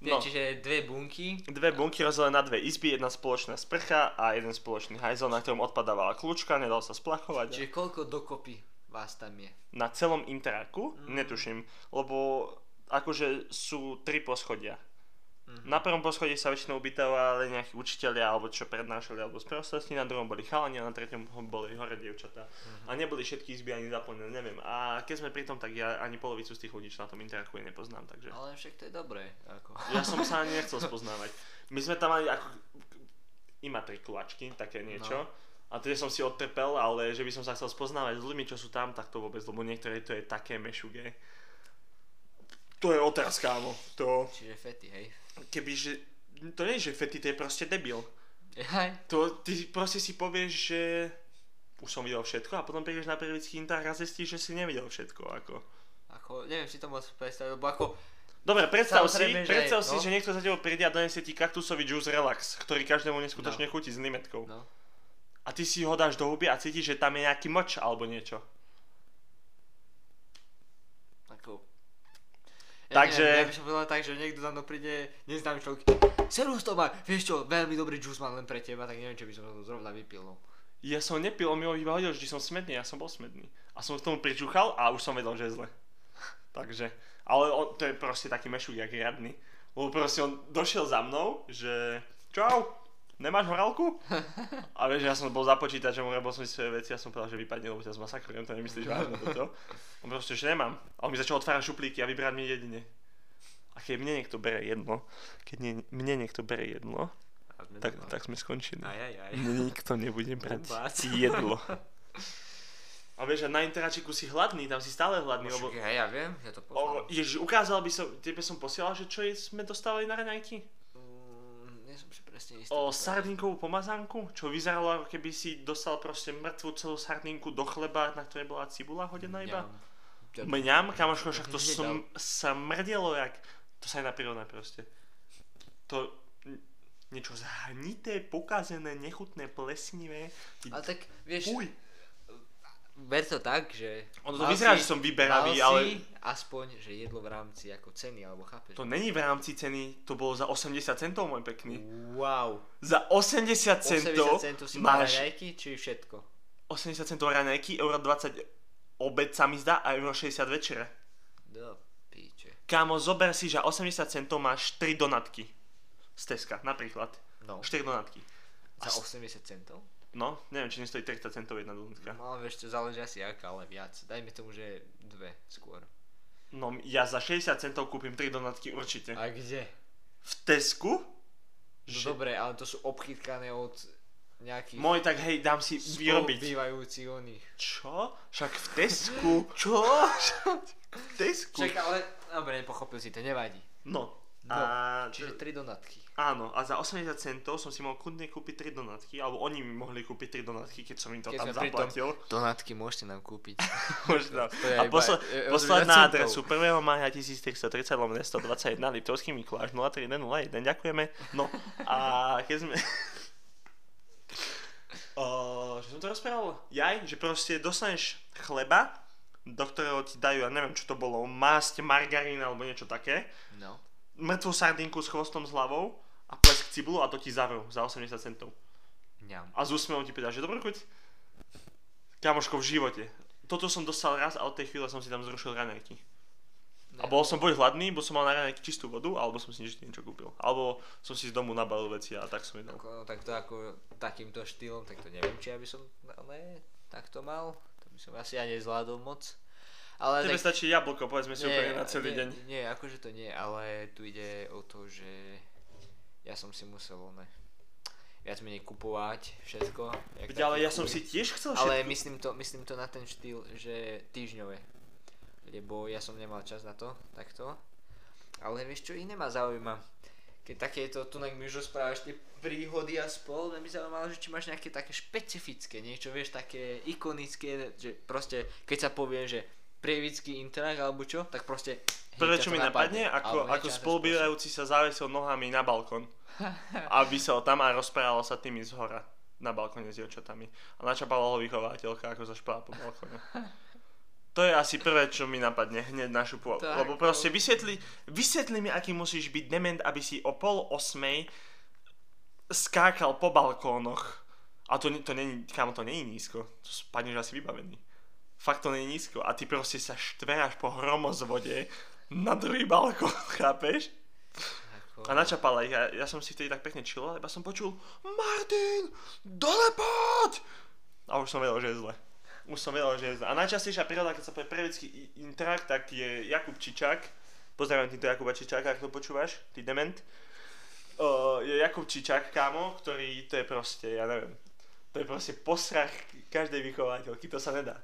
A: No.
B: No. Čiže dve bunky.
A: Dve bunky rozdelené na dve izby, jedna spoločná sprcha a jeden spoločný hajzel, na ktorom odpadávala kľúčka, nedal sa splachovať.
B: Čiže koľko dokopy vás tam je?
A: Na celom interaku,
B: Mm.
A: netuším, lebo akože sú tri poschodia.
B: Mhm.
A: Na prvom poschodí sa väčšinou ubytovali nejakí učiteľia, alebo čo prednášali, alebo sprostosti, na druhom boli chalani a na treťom boli hore dievčatá. A neboli všetky izby ani zaplnené, neviem. A keď sme pri tom, tak ja ani polovicu z tých ľudí, čo na tom interaku je, nepoznám, takže...
B: Ale však to je dobré. Ako.
A: Ja som sa ani nechcel spoznávať. My sme tam mali ako imatrikulačky, také niečo. A tie som si odtrpel, ale že by som sa chcel spoznávať s ľuďmi, čo sú tam, tak to vôbec, lebo niektoré to je také mešuge. To je otázka, kámo. To...
B: Čiže fety, hej.
A: Kebyže... To nie je, že fety, to je proste debil.
B: Jaj.
A: To, ty proste si povieš, že už som videl všetko a potom prídeš na prvický intár a zistíš, že si nevidel všetko. Ako.
B: Ako, neviem si to moc predstaviť, lebo ako,
A: Dobre, predstav
B: Samozrejme,
A: si,
B: že
A: predstav
B: aj,
A: si,
B: no.
A: že niekto za tebou príde a donesie ti kaktusový juice relax, ktorý každému neskutočne chutí s limetkou.
B: no.
A: A ty si ho dáš do huby a cítiš, že tam je nejaký moč alebo niečo.
B: Ako...
A: Takže-
B: Neviem, ja by som povedal tak, že niekto za mnou príde, neznámy človek. Servus to má, vieš čo, veľmi dobrý juice mám len pre teba, tak neviem, či by som to zrovna vypil. No.
A: Ja som nepil, on mi ho iba hodil, že som smetný, ja som bol smetný. A som k tomu pričuchal a už som vedel, že je zle. Takže, ale on, to je proste taký mešuk, jak riadny. Lebo proste on došiel za mnou, že čau, nemáš horálku? A vieš, ja som bol za počítačom, robil som si svoje veci, ja som povedal, že vypadne, lebo ťa zmasakrujem, to nemyslíš vážne toto. On proste, že nemám. A on mi začal otvárať šuplíky a vybrať mi jedine. A keď mne niekto bere jedno, keď nie, mne niekto bere jedlo,
B: A sme
A: tak,
B: doma.
A: tak Mm. sme skončili.
B: Aj, aj, aj.
A: Nikto nebude brať
B: Vôbec.
A: jedlo. A vieš, a na interačiku si hladný, tam si stále hladný, lebo...
B: No, Však, hej, ja viem, ja
A: O,
B: to poznám.
A: ježiš, ukázal by som, tebe som posielal, že čo je, sme dostávali na raňajky?
B: Mm, nie som si presne istý.
A: O
B: to je.
A: sardinkovú pomazánku, čo vyzeralo ako keby si dostal proste mŕtvú celú sardinku do chleba, na ktorej bola cibula hodená iba.
B: Mňam.
A: Mňam, kamoško, však to
B: Hneď
A: som, smrdelo jak... To sa aj naprirodné proste. To n- niečo zhnité, pokazené, nechutné, plesnivé. Ty-
B: Ale tak, vieš,
A: Fuj.
B: ver to tak, že...
A: Ono to
B: mal
A: vyzerá,
B: si-
A: že som vyberavý,
B: mal
A: ale
B: si aspoň, že jedlo v rámci ako ceny, alebo chápeš?
A: to není v rámci ceny, to bolo za 80 centov, môj pekný.
B: Wow.
A: Za 80
B: 80
A: centov,
B: centov si mal
A: máš
B: raňajky, či všetko?
A: 80 centov raňajky, euro 20 obed sa mi zdá a euro 60 večera.
B: Do píče.
A: Kámo, zober si, že 80 centov máš 3 donatky z Teska, napríklad.
B: No.
A: 4 donatky.
B: Za
A: s-
B: 80 centov?
A: No, neviem, či nestojí 30 centov jedna donatka.
B: No ale vieš, to záleží asi aká, ale viac. Dajme tomu, že dve skôr.
A: No, ja za 60 centov kúpim 3 donatky určite.
B: A kde?
A: V Tesku?
B: No
A: Že-
B: dobre, ale to sú obchytkané od nejakých
A: Môj, tak hej, dám si vyrobiť.
B: spolubývajúcich oných.
A: Čo? Však v Tesku.
B: Čo?
A: Tesku.
B: Čak, ale... Dobre, nepochopil si to, nevadí.
A: No, A,
B: Čiže tri donatky.
A: Áno, a za 80 centov som si mohol kľudne kúpiť 3 donatky, alebo oni mi mohli kúpiť 3 donatky, keď som im to
B: Keď
A: tam
B: sme pri tom-
A: zaplatil.
B: Donatky môžete nám kúpiť.
A: Možno.
B: To je
A: A
B: iba- e,
A: posla,
B: je- je
A: poslať
B: osemdesiat
A: na
B: centov.
A: adresu 1. maja 1330 lomene 121 Liptovský Mikuláš 03101. Ďakujeme. No a keď sme... o, že som to rozprával? Jaj, že proste dostaneš chleba, do ktorého ti dajú, ja neviem, čo to bolo, masť, margarín alebo niečo také,
B: No.
A: mŕtvú sardinku s chvostom s hlavou a plesk cibulu a to ti zavrú za 80 centov.
B: Ňam.
A: A s úsmevom ti povedal, že dobrú chuť. Kamoško, v živote. Toto som dostal raz a od tej chvíle som si tam zrušil raňajky. A bol som buď hladný, bo som mal na raňajky čistú vodu, alebo som si niečo, niečo kúpil. Alebo som si z domu nabalil veci a tak som jedol.
B: Ako, tak to ako takýmto štýlom, tak to neviem, či ja by som, ale tak to mal. To by som asi ja nezvládol moc. Ale
A: Tebe
B: tak,
A: stačí jablko, povedzme si úplne na celý
B: nie,
A: deň.
B: Nie, akože to nie, ale tu ide o to, že ja som si musel ne, viac menej kupovať všetko. jak
A: Veď, ale
B: taký
A: ja som
B: chuj.
A: si tiež chcel
B: Ale
A: všetko.
B: myslím to, myslím to na ten štýl, že týždňové. Lebo ja som nemal čas na to, takto. Ale vieš čo, iné ma zaujíma. Keď takéto, tu mi už rozprávaš tie príhody a spol, mňa by zaujímalo, že či máš nejaké také špecifické, niečo, vieš, také ikonické, že proste, keď sa povie, že prievický intrak alebo čo, tak proste... hneď
A: Prvé,
B: ťa
A: čo
B: to
A: mi napadne, ako, ako
B: alebo hneď ťa na ten
A: spolubývajúci sa zavesil nohami na balkón. A vysel tam a rozprával sa tými z hora na balkóne s dievčatami. A načapala ho vychovateľka, ako sa špala po balkóne. To je asi prvé, čo mi napadne hneď na šupu.
B: Tak,
A: Lebo
B: no.
A: proste vysvetli, vysvetli mi, aký musíš byť dement, aby si o pol osmej skákal po balkónoch. A to, ni- to není, kámo, to není nízko. To spadneš asi vybavený. Fakt to není nízko. A ty proste sa štveráš po hromozvode na druhý balkón, chápeš?
B: spôsob. Ako...
A: A načapala ich a ja som si vtedy tak pekne chilloval, iba som počul Martin, dole poď! A už som vedel, že je zle. Už som vedel, že je zle. A najčastejšia príroda, keď sa povie prevecký i- interakt, tak je Jakub Čičák. Pozdravím týmto Jakuba Čičáka, ak to počúvaš, ty dement. Uh, je Jakub Čičák, kámo, ktorý to je proste, ja neviem, to je proste posrach každej vychovateľky, to sa nedá.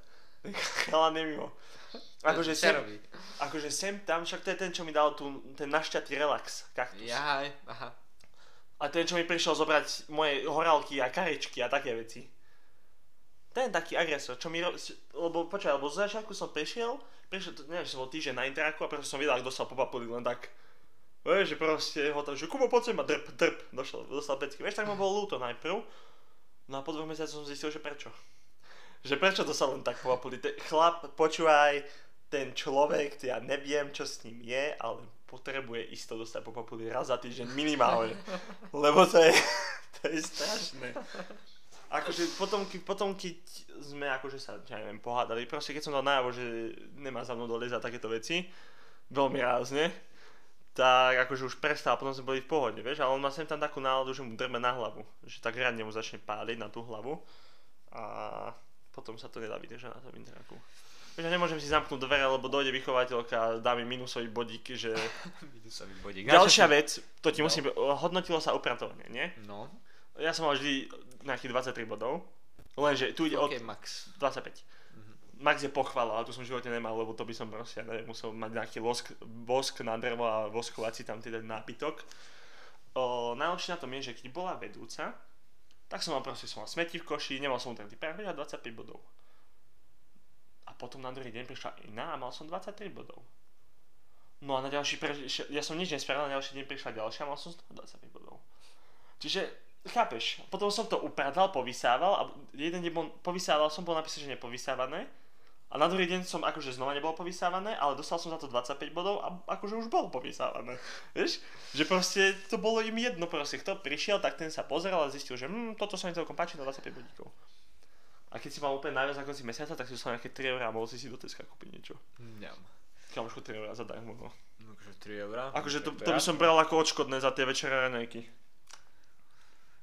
A: Chala nemimo. Akože
B: Čo
A: sem,
B: robí?
A: akože sem tam, však to je ten, čo mi dal tu, ten našťatý relax, kaktus.
B: Jaj, aha.
A: A ten, čo mi prišiel zobrať moje horálky a karečky a také veci. Ten taký agresor, čo mi... Ro... s- Lebo počkaj, lebo z začiatku som prišiel, prišiel, to- neviem, že som bol týždeň na interaku a proste som videl, ak dostal popapuli len tak. Vieš, že proste ho tam, že Kubo, poď sem a drp, drp, došiel, dostal pecky. Vieš, tak mu bolo ľúto najprv. No a po dvoch mesiacoch som zistil, že prečo. Že prečo to sa len tak popapuli. Ten chlap, počúvaj, ten človek, ja neviem, čo s ním je, ale potrebuje isto dostať popapuli raz za týždeň minimálne. Lebo to je, to je strašné. Akože potom, ke- potom, keď sme akože sa, ja neviem, pohádali, proste keď som dal najavo, že nemá za mnou dole za takéto veci, veľmi rázne, tak akože už prestal, potom sme boli v pohode, vieš, ale on má sem tam takú náladu, že mu drme na hlavu, že tak radne mu začne páliť na tú hlavu a potom sa to nedá vydržať na tom interaku. Vieš, ja nemôžem si zamknúť dvere, lebo dojde vychovateľka a dá mi minusový bodík, že...
B: Vidú sa mi bodík.
A: Ďalšia vec, to ti musím... Hodnotilo sa upratovanie, nie?
B: No,
A: Ja som mal vždy nejakých 23 bodov, lenže tu ide od
B: ok, max.
A: 25. Max je pochvala, ale tu som v živote nemal, lebo to by som proste, ja neviem, musel mať nejaký losk, vosk na drevo a voskovať si tam teda nápitok. O, najlepšie na tom je, že keď bola vedúca, tak som mal proste, som mal smeti v koši, nemal som utratý práve a 25 bodov. A potom na druhý deň prišla iná a mal som 23 bodov. No a na ďalší, pre... ja som nič nespravil, na ďalší deň prišla ďalšia a mal som 125 bodov. Čiže, chápeš, potom som to upradal, povysával a jeden deň bol, povysával som, bol napísané, že nepovysávané. A na druhý deň som akože znova nebol povysávané, ale dostal som za to 25 bodov a akože už bol povysávané. Vieš? Že proste to bolo im jedno proste. Kto prišiel, tak ten sa pozrel a zistil, že hm, toto sa mi celkom páči na 25 bodíkov. A keď si mal úplne najviac na konci mesiaca, tak si dostal nejaké 3 eurá a mohol si si do Teska kúpiť niečo.
B: Ňam.
A: Kamošku 3 eurá zadarmo. No.
B: No, Akože 3 eurá.
A: Akože to,
B: Tak
A: to by
B: ja-
A: som bral ako odškodné za tie večerné raňajky.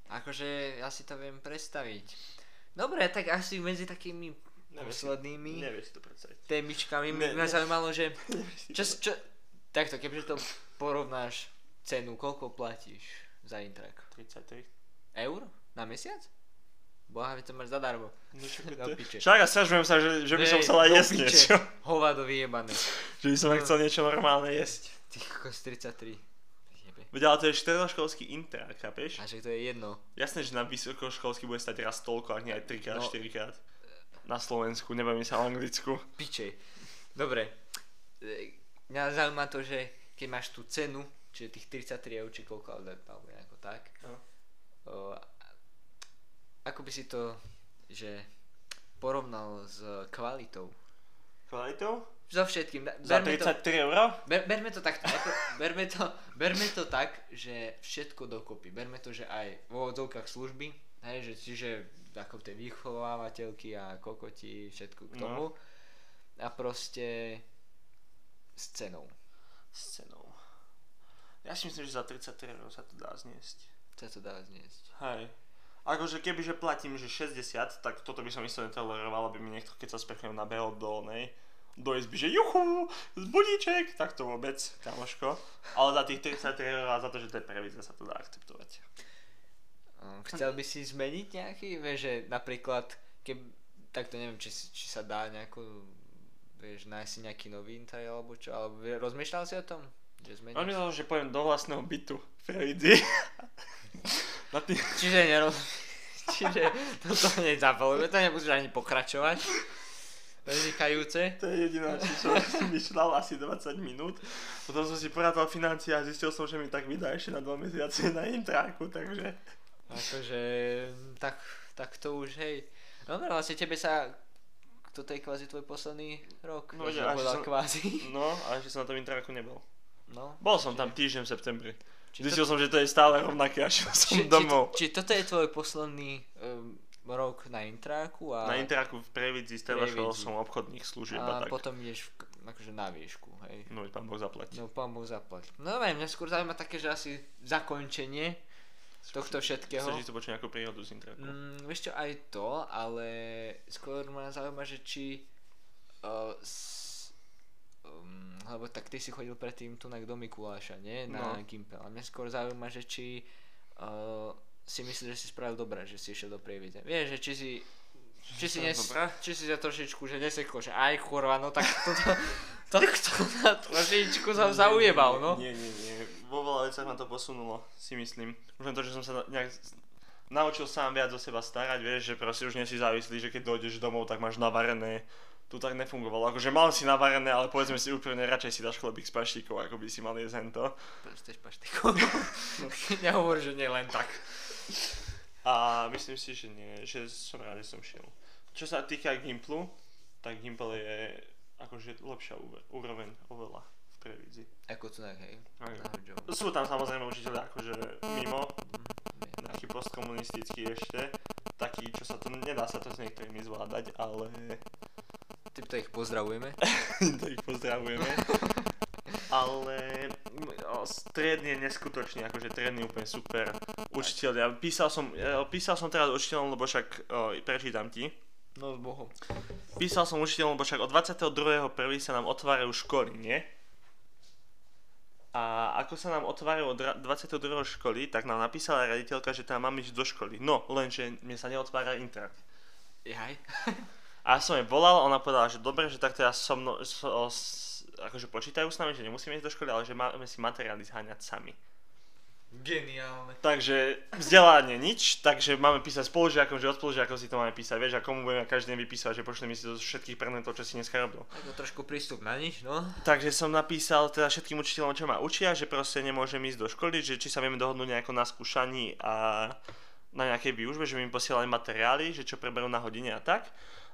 B: Akože ja si to viem predstaviť. Dobre, tak asi medzi takými
A: Neviem si-
B: poslednými
A: Nevieš si to predstaviť.
B: témičkami
A: Ne,
B: ne, mňa
A: ne.
B: zaujímalo, že
A: Nevieš si
B: čo,
A: to-
B: čo, takto, keďže to porovnáš cenu, koľko platíš za intrak?
A: 33.
B: Eur? Na mesiac? Boha, veď to máš zadarmo. Do piče.
A: No Však ja stiažujem sa, že, že by som
B: Ne,
A: chcel aj
B: do
A: jesť
B: piče.
A: niečo.
B: Hovado vyjebané.
A: No. Že by som chcel niečo normálne jesť.
B: Ty kokos 33.
A: Veď ale to je štyroškolský intrák, chápeš?
B: A že to je jedno.
A: Jasné, že na vysokoškolský bude stať raz toľko, ak nie aj 3 krát,
B: No.
A: 4 krát. Na Slovensku, nebavím sa o Anglicku.
B: Pičej. Dobre. E, Mňa zaujíma to, že keď máš tú cenu, čiže tých 33 eur, či koľko, ale alebo nejako tak.
A: No.
B: O, a- ako by si to, že porovnal s kvalitou.
A: Kvalitou?
B: So všetkým. da-
A: Za
B: berme to-
A: 33 euro?
B: Ber, berme to takto, ako, berme, to, berme to tak, že všetko dokopy. Berme to, že aj v úvodzovkách služby, hej, že čiže ako tie vychovávateľky a kokoti, všetko k
A: No.
B: tomu. A proste s cenou.
A: S cenou. Ja si myslím, že za 33 euro sa to dá zniesť.
B: Sa to dá zniesť.
A: Hej. Akože kebyže platím, že 60, tak toto by som isto netoleroval, aby mi niekto, keď sa sprchujem na beho do nej, do izby, že juchu, budíček, tak to vôbec, kamoško. Ale za tých 33 eur a za to, že to je prevíza, sa to dá akceptovať.
B: Um, Chcel by si zmeniť nejaký, vieš, že napríklad, keb, tak to neviem, či, si- či sa dá nejako, vieš, nájsť si nejaký nový intaj alebo čo, alebo vie- rozmýšľal si o tom? Že zmeniť?
A: On mi že poviem do vlastného bytu, previdzi. na tých...
B: Čiže neroz... Čiže toto nezapalujeme, to nemusíš ani pokračovať. Vynikajúce.
A: To je jediná, čo som si myšľal asi 20 minút. Potom som si poradal financie a zistil som, že mi tak vydá ešte na 2 mesiace na intráku, takže...
B: Akože, tak, tak to už, hej. No no, vlastne tebe sa, toto je kvázi tvoj posledný rok.
A: No,
B: že
A: ja až
B: povedal
A: som-
B: kvázi.
A: No, ale ešte som na tom intráku nebol.
B: No.
A: Bol som tam týždeň v septembri.
B: Či
A: Zistil som, že to je stále rovnaké a šiel som domov.
B: Či, či, toto je tvoj posledný um, rok na intráku a,
A: Na intráku v Previdzi stredošol
B: Previdzi.
A: som obchodných služieb a
B: a
A: tak.
B: potom ideš v, akože na výšku, hej.
A: No, veď pán Boh zaplatí.
B: No pán Boh zaplať. No neviem, mňa skôr zaujíma také, že asi zakončenie tohto všetkého.
A: Chceš ísť počuť nejakú príhodu z intráku?
B: Mm, vieš čo, aj to, ale skôr ma zaujíma, že či... Uh, s, um, lebo tak ty si chodil predtým tu na do Mikuláša, nie? Na
A: No.
B: Gimpel. A mňa skôr zaujíma, že či uh, si myslíš, že si spravil dobre, že si išiel do prievidze. Vieš, že či si... Či si,
A: som
B: nes,
A: dobrá?
B: či si za trošičku, že neseklo, že aj kurva, no tak toto, to, to, na trošičku som
A: Nie,
B: zaujebal, no.
A: Nie, nie, nie. Vo veľa veciach ma to posunulo, si myslím. Už len to, že som sa nejak s- naučil sám viac o seba starať, vieš, že proste už nie si závislý, že keď dojdeš domov, tak máš navarené. Tu tak nefungovalo. Akože mal si navarené, ale povedzme si úprimne, radšej si dáš chlebík s paštíkou, ako by si mal jesť hento.
B: Chceš paštiku? Nehovor, že nie len tak.
A: A myslím si, že nie, že som rád, že som šiel. Čo sa týka Gimplu, tak Gimple je akože lepšia úve- úroveň oveľa v prevízi.
B: Ako to tak, hej.
A: Aj. no.
B: Na hrdžovu.
A: Sú tam samozrejme učiteľi akože mimo, nejaký postkomunistický ešte, taký, čo sa to, nedá sa to s niektorými zvládať, ale
B: Týmto ich pozdravujeme.
A: to ich pozdravujeme. Ale m, o, stredný je neskutočný, akože triedny je úplne super. Učiteľ, ja písal som, ja písal som teraz učiteľom, lebo však o, prečítam ti.
B: No s Bohom.
A: Písal som učiteľom, lebo však od 22.1. sa nám otvárajú školy, nie? A ako sa nám otvárajú od ra- 22. školy, tak nám napísala raditeľka, že tam mám ísť do školy. No, lenže mne sa neotvára intrak.
B: Jaj.
A: A ja som jej volal, ona povedala, že dobre, že takto ja so mnou, so, s, akože počítajú s nami, že nemusíme ísť do školy, ale že máme si materiály zháňať sami.
B: Geniálne.
A: Takže vzdelanie nič, takže máme písať spolužiakom, že od spolužiakov si to máme písať, vieš, a komu budeme každý deň vypísať, že pošleme si zo všetkých predmetov, čo si dneska robil.
B: Tak to trošku prístup na nič, no.
A: Takže som napísal teda všetkým učiteľom, čo ma učia, že proste nemôžem ísť do školy, že či sa vieme dohodnúť nejako na skúšaní a na nejakej výužbe, že mi posielali materiály, že čo preberú na hodine a tak.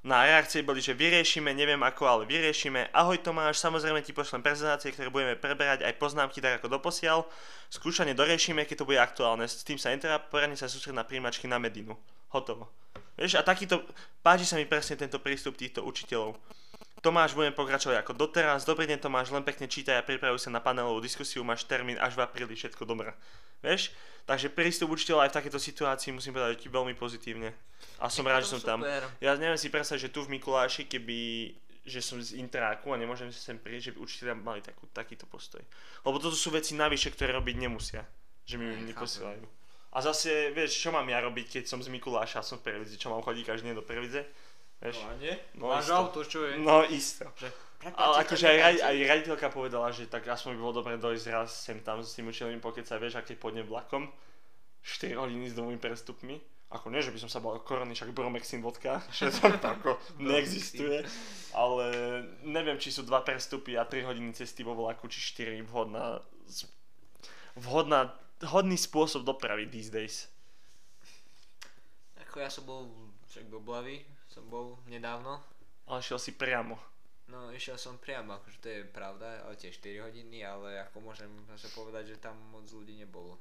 A: Na reakcie boli, že vyriešime, neviem ako, ale vyriešime. Ahoj Tomáš, samozrejme ti pošlem prezentácie, ktoré budeme preberať, aj poznámky tak ako doposiaľ. Skúšanie doriešime, keď to bude aktuálne. S tým sa interá, poradne sa sústredí na príjmačky na Medinu. Hotovo. Vieš, a takýto, páči sa mi presne tento prístup týchto učiteľov. Tomáš, budeme pokračovať ako doteraz. Dobrý deň Tomáš, len pekne čítaj a pripravuj sa na panelovú diskusiu, máš termín až v apríli, všetko dobré. Vieš? Takže prístup učiteľa aj v takejto situácii musím povedať že ti veľmi pozitívne. A som rád, že som tam.
B: Super.
A: Ja neviem si predstaviť, že tu v Mikuláši, keby že som z intráku a nemôžem si sem prísť, že by učiteľia mali takú, takýto postoj. Lebo toto sú veci navyše, ktoré robiť nemusia. Že mi
B: Hej,
A: ju
B: chápem.
A: neposielajú. A zase, vieš, čo mám ja robiť, keď som z Mikuláša a som v Previdzi? Čo mám chodiť každý deň do Previdze? Vieš?
B: No a nie?
A: No,
B: Máš
A: isto.
B: auto, čo je?
A: No isto.
B: Že,
A: Ale akože aj, radi- aj raditeľka povedala, že tak aspoň by bolo dobre dojsť raz sem tam s tým učiteľom pokecať, vieš, a keď pôjdem vlakom, 4 hodiny s dvomi prestupmi, ako nie, že by som sa bal korony, však bromexin vodka, že to ako neexistuje, ale neviem, či sú dva prestupy a 3 hodiny cesty vo vlaku, či 4 vhodná, z- vhodná, hodný spôsob dopravy these days.
B: Ako ja som bol, však bol blavý, som bol nedávno.
A: Ale šiel si priamo.
B: No išiel som priamo, akože to je pravda, ale tie 4 hodiny, ale ako môžem sa povedať, že tam moc ľudí nebolo.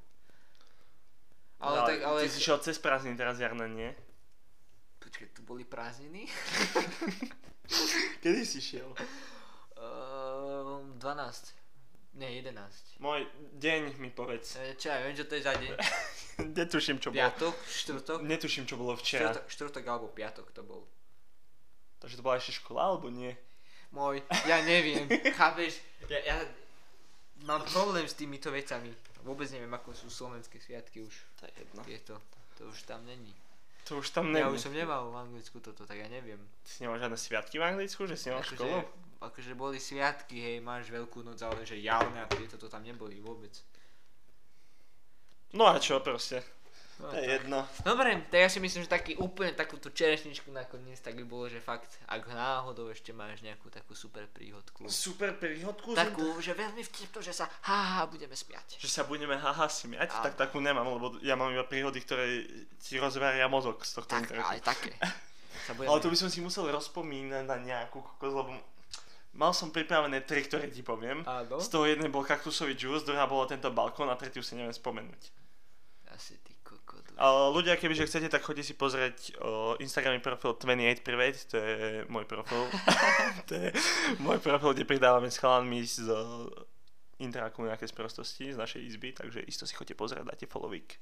B: Ale
A: No,
B: tak, ale...
A: Ty si šiel cez prázdniny teraz jarné, nie?
B: Počkaj, tu boli prázdniny?
A: Kedy si šiel?
B: Ehm, 12. Nie, 11.
A: Môj deň mi povedz.
B: E, Čo ja viem, že to je za deň.
A: Netuším, čo bolo.
B: Piatok, štvrtok?
A: Netuším, čo bolo včera.
B: Štvrtok, štvrtok alebo piatok to bol.
A: Takže to bola ešte škola, alebo nie?
B: Môj, ja neviem, chápeš? Ja, ja mám problém s týmito vecami. Vôbec neviem, ako sú slovenské sviatky už
A: To je jedno.
B: tieto. To už tam není.
A: To už tam
B: Ja
A: neviem.
B: už som nemal v Anglicku toto, tak ja neviem.
A: Ty si nemal žiadne sviatky v Anglicku, že si nemal
B: Akože-
A: školu?
B: Akože boli sviatky, hej, máš veľkú noc, ale že javné a tieto to tam neboli vôbec.
A: No a čo proste?
B: No,
A: To je
B: tak.
A: jedno.
B: Dobre, tak ja si myslím, že taký úplne takúto čerešničku nakoniec, tak by bolo, že fakt, ak náhodou ešte máš nejakú takú super príhodku.
A: Super príhodku.
B: Takú, že veľmi vtipnú, že sa haha, budeme smiať.
A: Že sa budeme haha smiať,
B: Áno.
A: tak takú nemám, lebo ja mám iba príhody, ktoré si rozvária mozog z tohto
B: Tak,
A: internetu.
B: ale také. Sa budeme...
A: Ale to by som si musel rozpomínať na nejakú kokos, lebo mal som pripravené tri, ktoré ti poviem.
B: Áno?
A: Z toho jednej bol kaktusový juice, druhá bola tento balkón a tretiu si neviem spomenúť.
B: Asi ty kokot.
A: Ale ľudia, kebyže chcete, tak chodite si pozrieť o, Instagramový profil 28 Private, to je môj profil. to je môj profil, kde pridávame s chalanmi z o, Interaku nejaké sprostosti z našej izby, takže isto si chodite pozrieť, dáte followick.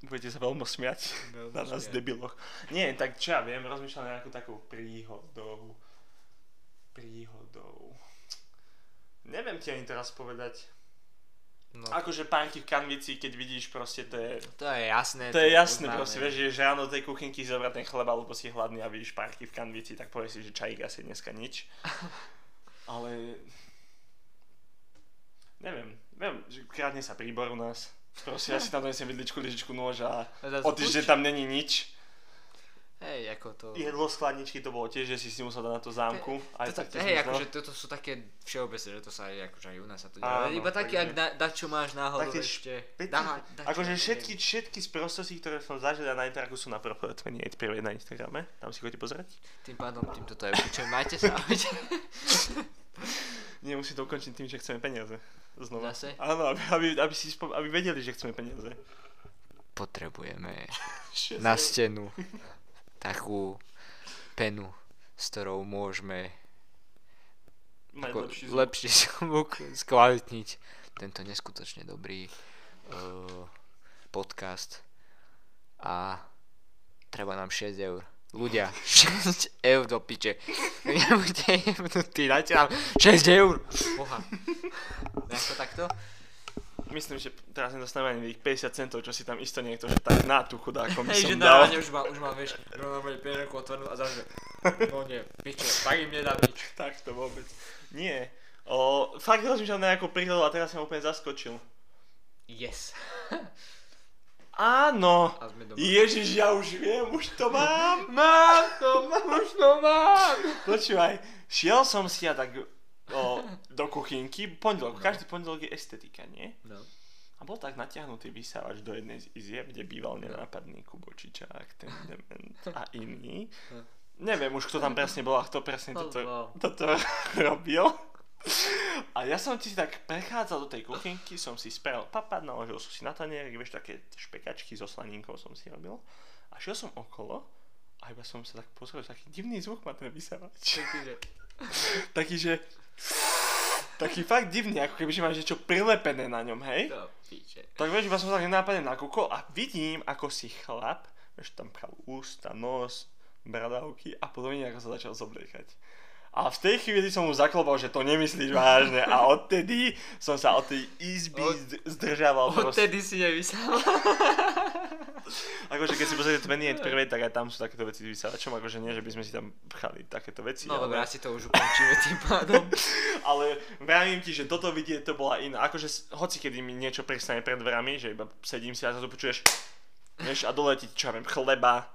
A: Budete sa veľmi smiať
B: Veľmi
A: na nás
B: smiať.
A: debiloch. Nie, tak čo ja viem, rozmýšľam na nejakú takú príhodou. Príhodou. Neviem ti ani teraz povedať.
B: No,
A: Akože pánky v kanvici, keď vidíš proste, to je
B: to je jasné.
A: to je jasné,
B: poznáme.
A: proste, vieš, že, že ráno do tej kuchynky zobrať ten chleba, lebo si hladný a vidíš párky v kanvici, tak povieš si, že čajík asi dneska nič. Ale... Neviem, neviem, že krádne sa príbor u nás. Proste ja si tam donesem vidličku, lyžičku, nôž a
B: A zase
A: o týždeň
B: buď.
A: tam není nič.
B: Hej, ako to...
A: Jedlo z chladničky to bolo tiež, že si si musel dať na tú zámku. Aj
B: Toto,
A: tak tiež
B: hej,
A: musel.
B: akože toto sú také všeobecné, že to sa aj, akože aj u nás sa to deje. Ale
A: Áno,
B: iba také,
A: takže-
B: ak da, čo máš náhodou
A: Také
B: ešte.
A: špeci-
B: Dá- dá-
A: Akože
B: čo-
A: všetky, všetky z prostostí, ktoré som zažil ja na Interaku sú na profile 28 prvé na Instagrame. Tam si chodíte pozerať.
B: Tým pádom, týmto to je čo, majte sa, ahojte.
A: Nie, musí to ukončiť tým, že chceme peniaze. Znova.
B: Zase?
A: Áno, aby, aby, aby, si spom- aby vedeli, že chceme peniaze.
B: Potrebujeme na stenu takú penu, s ktorou môžeme
A: Mať
B: ko-
A: lepší zvuk.
B: lepší zvuk skvalitniť tento neskutočne dobrý uh, podcast a treba nám 6 eur. Ľudia, 6 eur do piče. Nebuďte jemnutí, dajte nám 6 eur. Boha. Nejako takto?
A: Myslím, že teraz nedostaneme ani tých 50 centov, čo si tam isto niekto, že tak na tú chudákom by
B: Hej, že
A: som
B: na
A: dal.
B: ráne už má, už má, vieš, rovno bude pienerku otvornú a zase, no nie, piče, tak im nedá nič.
A: Tak to vôbec. Nie. O, fakt rozmýšľam na nejakú príhodu a teraz som úplne zaskočil.
B: Yes.
A: Áno.
B: A sme doma.
A: Ježiš, ja už viem, už to mám.
B: Mám to, už to mám.
A: Počúvaj, šiel som si ja tak o, do kuchynky, pondelok,
B: No.
A: každý pondelok je estetika, nie?
B: No.
A: A bol tak natiahnutý vysávač do jednej z izieb, kde býval nenápadný Kubočičák, ten dement a iný.
B: No.
A: Neviem už, kto tam presne bol a kto presne
B: Wow.
A: toto, toto robil. A ja som si tak prechádzal do tej kuchynky, som si spravil papad, naložil som si na tanierek, vieš, také špekačky so slaninkou som si robil. A šiel som okolo a iba som sa tak pozrel, že taký divný zvuk má ten vysávač
B: Takže,
A: taký, že... Taký fakt divný, ako keby že máš niečo prilepené na ňom, hej?
B: to piče.
A: Tak vieš, iba som tak nenápadne nakúkol a vidím, ako si chlap, vieš, tam pchal ústa, nos, bradavky a podobne, ako sa začal zobliekať. A v tej chvíli som mu zaklopal, že to nemyslíš vážne a odtedy som sa od tej izby
B: Od-
A: od... zdržiaval proste.
B: Odtedy si nevysával.
A: akože keď si pozriete 28, tak aj tam sú takéto veci s vysávačom, akože nie, že by sme si tam pchali takéto veci.
B: No
A: ale-
B: dobré, asi to už ukončíme tým pádom.
A: Ale vravím ti, že toto vidieť to bola iná. Akože s- hoci kedy mi niečo prestane pred dverami, že iba sedím si a zrazu počuješ, vieš, a doletí, ti, čo ja viem, chleba,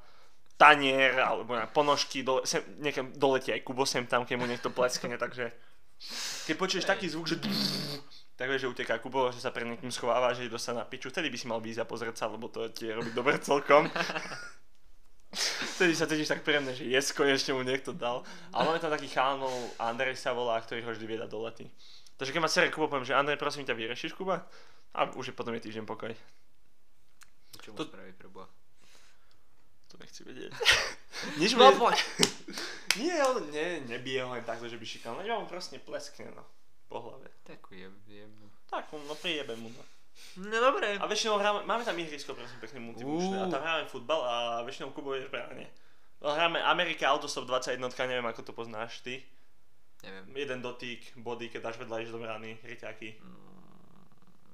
A: tanier, alebo na ponožky, dole, sem, niekam doletí aj Kubo sem tam, keď mu niekto pleskne, takže keď počuješ taký zvuk, že tak vieš, že uteká Kubo, že sa pred niekým schováva, že ide sa na piču, vtedy by si mal výjsť a pozrieť sa, lebo to ti robí dobre celkom. Vtedy sa cítiš tak príjemne, že yes, konečne mu niekto dal. Ale máme tam takých chánov, Andrej sa volá, ktorý ho vždy vieda do lety. Takže keď ma sere Kubo, poviem, že Andrej, prosím ťa, vyriešiš Kuba? A už je potom je týždeň pokoj.
B: Čo mu
A: To-
B: spraví pre Boha?
A: To nechci vedieť. Nič
B: No
A: mu-
B: poď!
A: Nie, on ne, nebije ho len takto, že by šikal. Ja mu proste pleskne, no. Po hlave.
B: Takú je, je
A: Tak, no priebe mu, no.
B: No dobre.
A: A väčšinou hráme, máme tam ihrisko, prosím, pekne multifunkčné. A
B: Uú.
A: tam hráme futbal a väčšinou Kubo je v bráne. No, hráme Amerika Autostop 21, neviem ako to poznáš ty.
B: Neviem.
A: Jeden dotyk, body, keď dáš vedľa, ideš do brány, ryťaky.
B: Mm,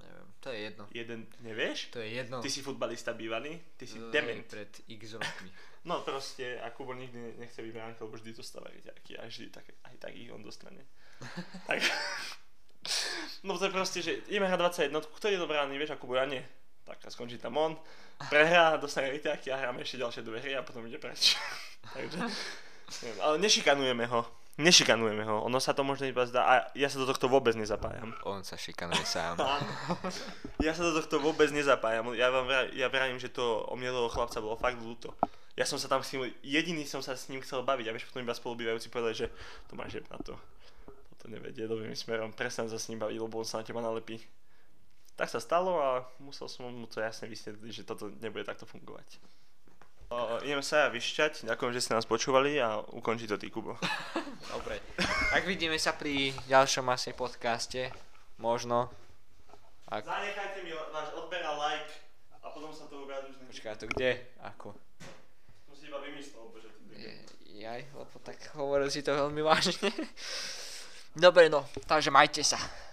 B: neviem, to je jedno.
A: Jeden, nevieš?
B: To je jedno.
A: Ty si futbalista bývalý, ty si
B: To je
A: dement.
B: Pred x rokmi.
A: No proste, a Kubo nikdy nechce byť bránka, lebo vždy dostáva ryťaky a vždy tak, aj tak ich on dostane. tak. No to je proste, že ideme hrať 21, kto je do brány, vieš, a Kubo ja nie. Tak a skončí tam on, prehrá, dostane ryťaky a hráme ešte ďalšie dve hry a potom ide preč. Takže, neviem, ale nešikanujeme ho. Nešikanujeme ho, ono sa to možno iba zdá a ja sa do tohto vôbec nezapájam.
B: On sa šikanuje sám.
A: Ja sa do tohto vôbec nezapájam. Ja vám vra- ja vravím, že to o mne toho chlapca bolo fakt ľúto. Ja som sa tam s ním, jediný som sa s ním chcel baviť a vieš, potom iba spolubývajúci povedali, že to máš jeb na to. Toto nevedie dobrým smerom, prestan sa s ním baviť, lebo on sa na teba nalepí. Tak sa stalo a musel som mu to jasne vysvetliť, že toto nebude takto fungovať. O, ideme sa ja vyšťať, ďakujem, že ste nás počúvali a ukončí to ty, Kubo.
B: Dobre. Tak vidíme sa pri ďalšom asi podcaste. Možno. Ak...
A: Zanechajte mi váš odber a like a potom sa to ukáže už
B: Počkaj, to kde? Ako?
A: Som si iba vymyslel, bože, ty debil.
B: Je- Jaj, lebo tak hovoril si to veľmi vážne. Dobre no, takže majte sa.